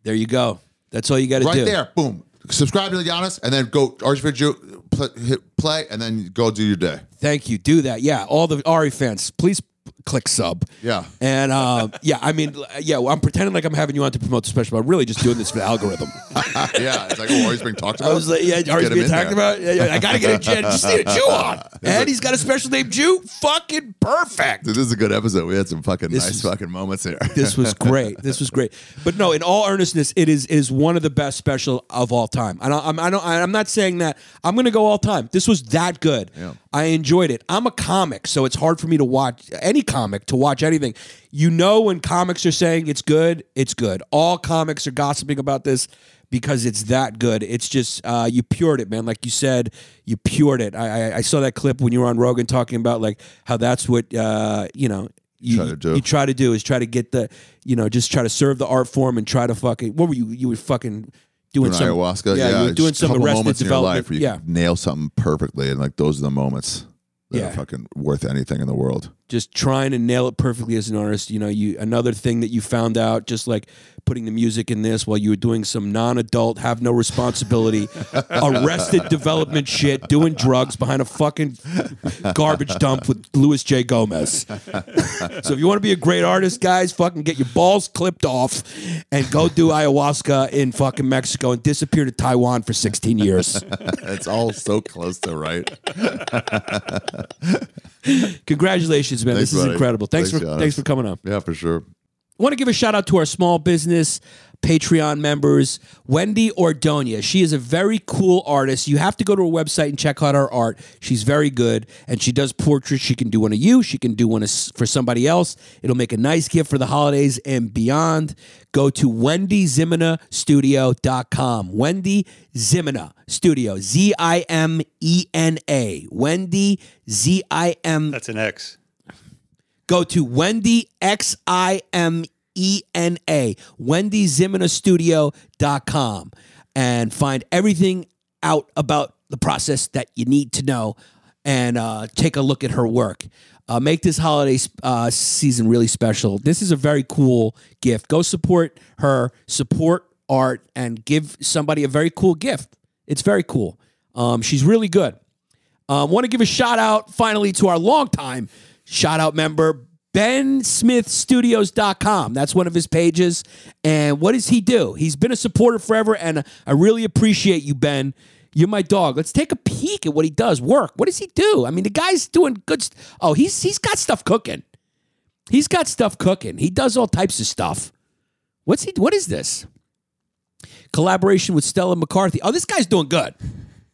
Speaker 1: there you go. That's all you got to
Speaker 3: right
Speaker 1: do.
Speaker 3: there, boom. Subscribe to the Giannis and then go Archivir Jew, pl- hit play, and then go do your day.
Speaker 1: Thank you. Do that. Yeah. All the Ari fans, please p- click sub.
Speaker 3: Yeah.
Speaker 1: And uh, yeah, I mean, l- yeah, well, I'm pretending like I'm having you on to promote the special, but I'm really just doing this for the algorithm.
Speaker 3: yeah, it's like oh, Ari's being talked about.
Speaker 1: I was like, yeah, Ari's
Speaker 3: him
Speaker 1: being
Speaker 3: in
Speaker 1: talked
Speaker 3: there.
Speaker 1: about. Yeah, yeah, I got to get a Jen. Just need a Jew on. And he's got a special named Jew. Fucking perfect.
Speaker 3: Dude, this is a good episode. We had some fucking nice
Speaker 1: is-
Speaker 3: fucking moments here.
Speaker 1: This was great. This was great. But no, in all earnestness, it is it is one of the best special of all time. And I, I'm I don't, I'm not saying that I'm going to go all time. This was that good.
Speaker 3: Yeah.
Speaker 1: I enjoyed it. I'm a comic, so it's hard for me to watch any comic to watch anything. You know, when comics are saying it's good, it's good. All comics are gossiping about this because it's that good. It's just uh, you pured it, man. Like you said, you pured it. I, I, I saw that clip when you were on Rogan talking about like how that's what uh, you know. You
Speaker 3: Try to do.
Speaker 1: you try to do is try to get the you know just try to serve the art form and try to fucking what were you you were fucking doing
Speaker 3: Doing
Speaker 1: some
Speaker 3: ayahuasca.
Speaker 1: yeah, you were
Speaker 3: just
Speaker 1: doing
Speaker 3: a
Speaker 1: some
Speaker 3: couple
Speaker 1: arrested
Speaker 3: moments in your
Speaker 1: development
Speaker 3: life where you
Speaker 1: yeah
Speaker 3: nail something perfectly, and like those are the moments that
Speaker 1: Yeah.
Speaker 3: are fucking worth anything in the world.
Speaker 1: just trying to nail it perfectly as an artist. You know, you another thing that you found out, just like putting the music in this while you were doing some non-adult, have no responsibility, arrested development shit, doing drugs behind a fucking garbage dump with Louis J. Gomez. so if you want to be a great artist, guys, fucking get your balls clipped off and go do ayahuasca in fucking Mexico and disappear to Taiwan for 16 years.
Speaker 3: it's all so close to right.
Speaker 1: Congratulations, man.
Speaker 3: Thanks,
Speaker 1: this is
Speaker 3: buddy.
Speaker 1: incredible. Thanks,
Speaker 3: Thanks,
Speaker 1: for
Speaker 3: Giannis.
Speaker 1: thanks for coming on.
Speaker 3: Yeah, for sure.
Speaker 1: want to give a shout out to our small business Patreon members, Wendy Ordonez. She is a very cool artist. You have to go to her website and check out her art. She's very good, and she does portraits. She can do one of you. She can do one of s- for somebody else. It'll make a nice gift for the holidays and beyond. Go to wendyzimenastudio.com. Wendy Zimena Studio. Z I M E N A. Wendy Z I M
Speaker 4: That's an X.
Speaker 1: go to Wendy X I M E N A, Wendy com and find everything out about the process that you need to know and uh, take a look at her work. Uh, make this holiday uh, season really special. This is a very cool gift. Go support her, support art, and give somebody a very cool gift. It's very cool. Um, she's really good. I want to Um, give a shout out finally to our longtime shout out member, BenSmithStudios.com. That's one of his pages. And what does he do? He's been a supporter forever, and I really appreciate you, Ben. You're my dog. Let's take a peek at what he does. Work. What does he do? I mean, the guy's doing good. St- oh, he's he's got stuff cooking. He's got stuff cooking. He does all types of stuff. What's he? What is this? Collaboration with Stella McCarthy. Oh, this guy's doing good.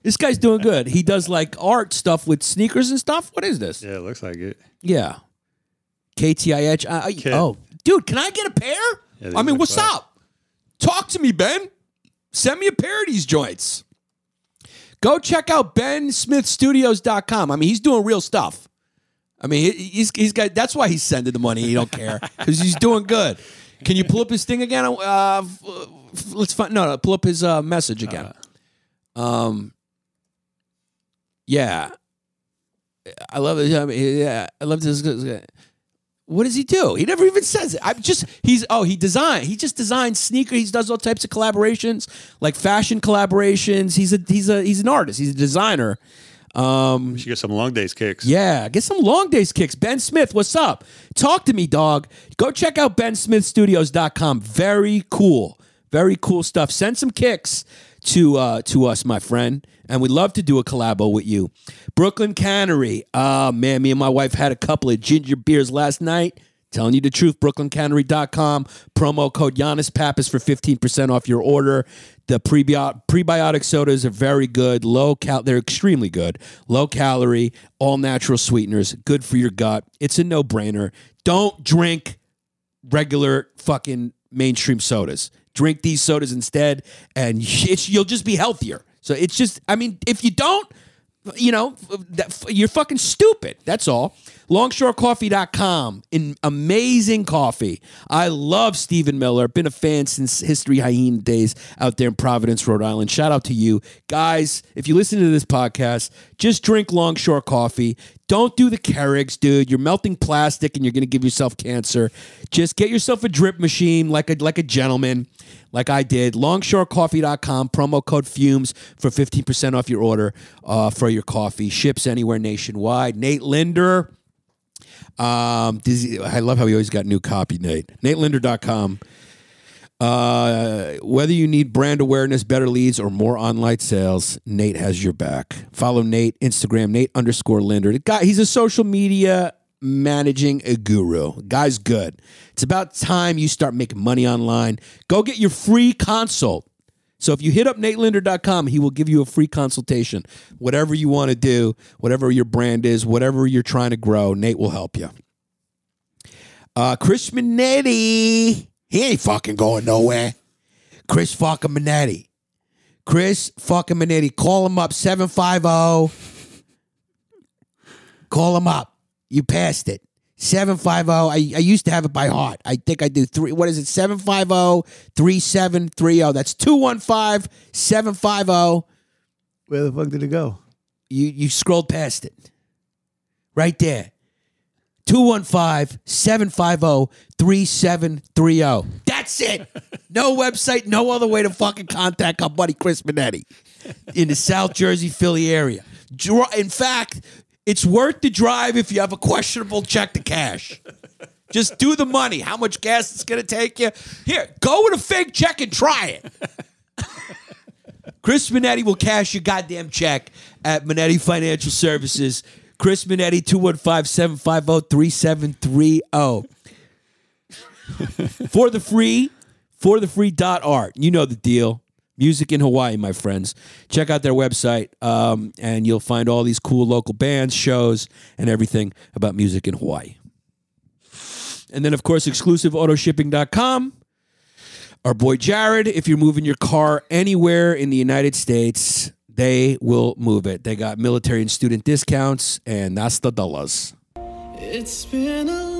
Speaker 1: This guy's doing good. He does like art stuff with sneakers and stuff. What is this?
Speaker 4: Yeah, it looks like it.
Speaker 1: Yeah. KTIH. I- I- oh, dude, can I get a pair?
Speaker 4: Yeah, they
Speaker 1: I mean,
Speaker 4: look
Speaker 1: what's
Speaker 4: nice.
Speaker 1: up? Talk to me, Ben. Send me a pair of these joints. Go check out bensmithstudios.com. I mean, he's doing real stuff. I mean, he- he's, he's got, that's why he's sending the money. He don't care because he's doing good. Can you pull up his thing again? Uh, f- f- let's find, no, no, pull up his uh, message again. Um, yeah. I love it. I mean, yeah, I love this. What does he do? He never even says it. I'm just he's oh he designed he just designs sneakers. He does all types of collaborations like fashion collaborations. He's a he's a he's an artist. He's a designer.
Speaker 4: We should get some long days kicks.
Speaker 1: Yeah, get some long days kicks. Ben Smith, what's up? Talk to me, dog. Go check out bensmithstudios.com. Very cool. Very cool stuff. Send some kicks to uh, to us, my friend. And we'd love to do a collabo with you. Brooklyn Cannery. Oh, man, me and my wife had a couple of ginger beers last night. Telling you the truth, BrooklynCannery.com. Promo code Giannis Pappas for 15% off your order. The prebio- prebiotic sodas are very good. Low cal, they're extremely good. Low calorie, all natural sweeteners, good for your gut. It's a no brainer. Don't drink regular fucking mainstream sodas. Drink these sodas instead, and it's, you'll just be healthier. So it's just, I mean, if you don't, you know, f- that, f- you're fucking stupid. That's all. Longshorecoffee.com, in amazing coffee. I love Stephen Miller. Been a fan since History Hyena days out there in Providence, Rhode Island. Shout out to you guys. If you listen to this podcast, just drink Longshore coffee. Don't do the Keurigs, dude. You're melting plastic and you're going to give yourself cancer. Just get yourself a drip machine like a like a gentleman, like I did. Longshorecoffee.com, promo code FUMES for 15% off your order uh, for your coffee. Ships anywhere nationwide. Nate Linder. Um, does he- I love how he always got new copy, Nate. NateLinder.com. Uh, whether you need brand awareness, better leads, or more online sales, Nate has your back. Follow Nate Instagram Nate underscore Linder. The guy, he's a social media managing a guru. Guy's good. It's about time you start making money online. Go get your free consult. So if you hit up natelinder.com, he will give you a free consultation. Whatever you want to do, whatever your brand is, whatever you're trying to grow, Nate will help you. Uh, Chris Minetti. He ain't fucking going nowhere. Chris fucking Minetti. Chris fucking Minetti. Call him up 750. Call him up. You passed it. 750. I, I used to have it by heart. I think I do three. What is it? oh, 750 3730. oh. That's 215 750.
Speaker 5: Where the fuck did it go?
Speaker 1: oh. You, you scrolled past it. Right there. oh, 215-750-3730. oh. That's it. No website, no other way to fucking contact our buddy Chris Minetti in the South Jersey, Philly area. Dri- In fact, it's worth the drive if you have a questionable check to cash. Just do the money. How much gas it's going to take you. Here, go with a fake check and try it. Chris Minetti will cash your goddamn check at Minetti Financial Services. Chris Minetti, oh, 215-750-3730. For oh. the free for the free dot art. You know the deal. Music in Hawaii, my friends. Check out their website, um, and you'll find all these cool local bands, shows, and everything about music in Hawaii. And then, of course, exclusiveautoshipping.com. Our boy Jared, if you're moving your car anywhere in the United States, they will move it. They got military and student discounts, and that's the dollars.
Speaker 6: It's been a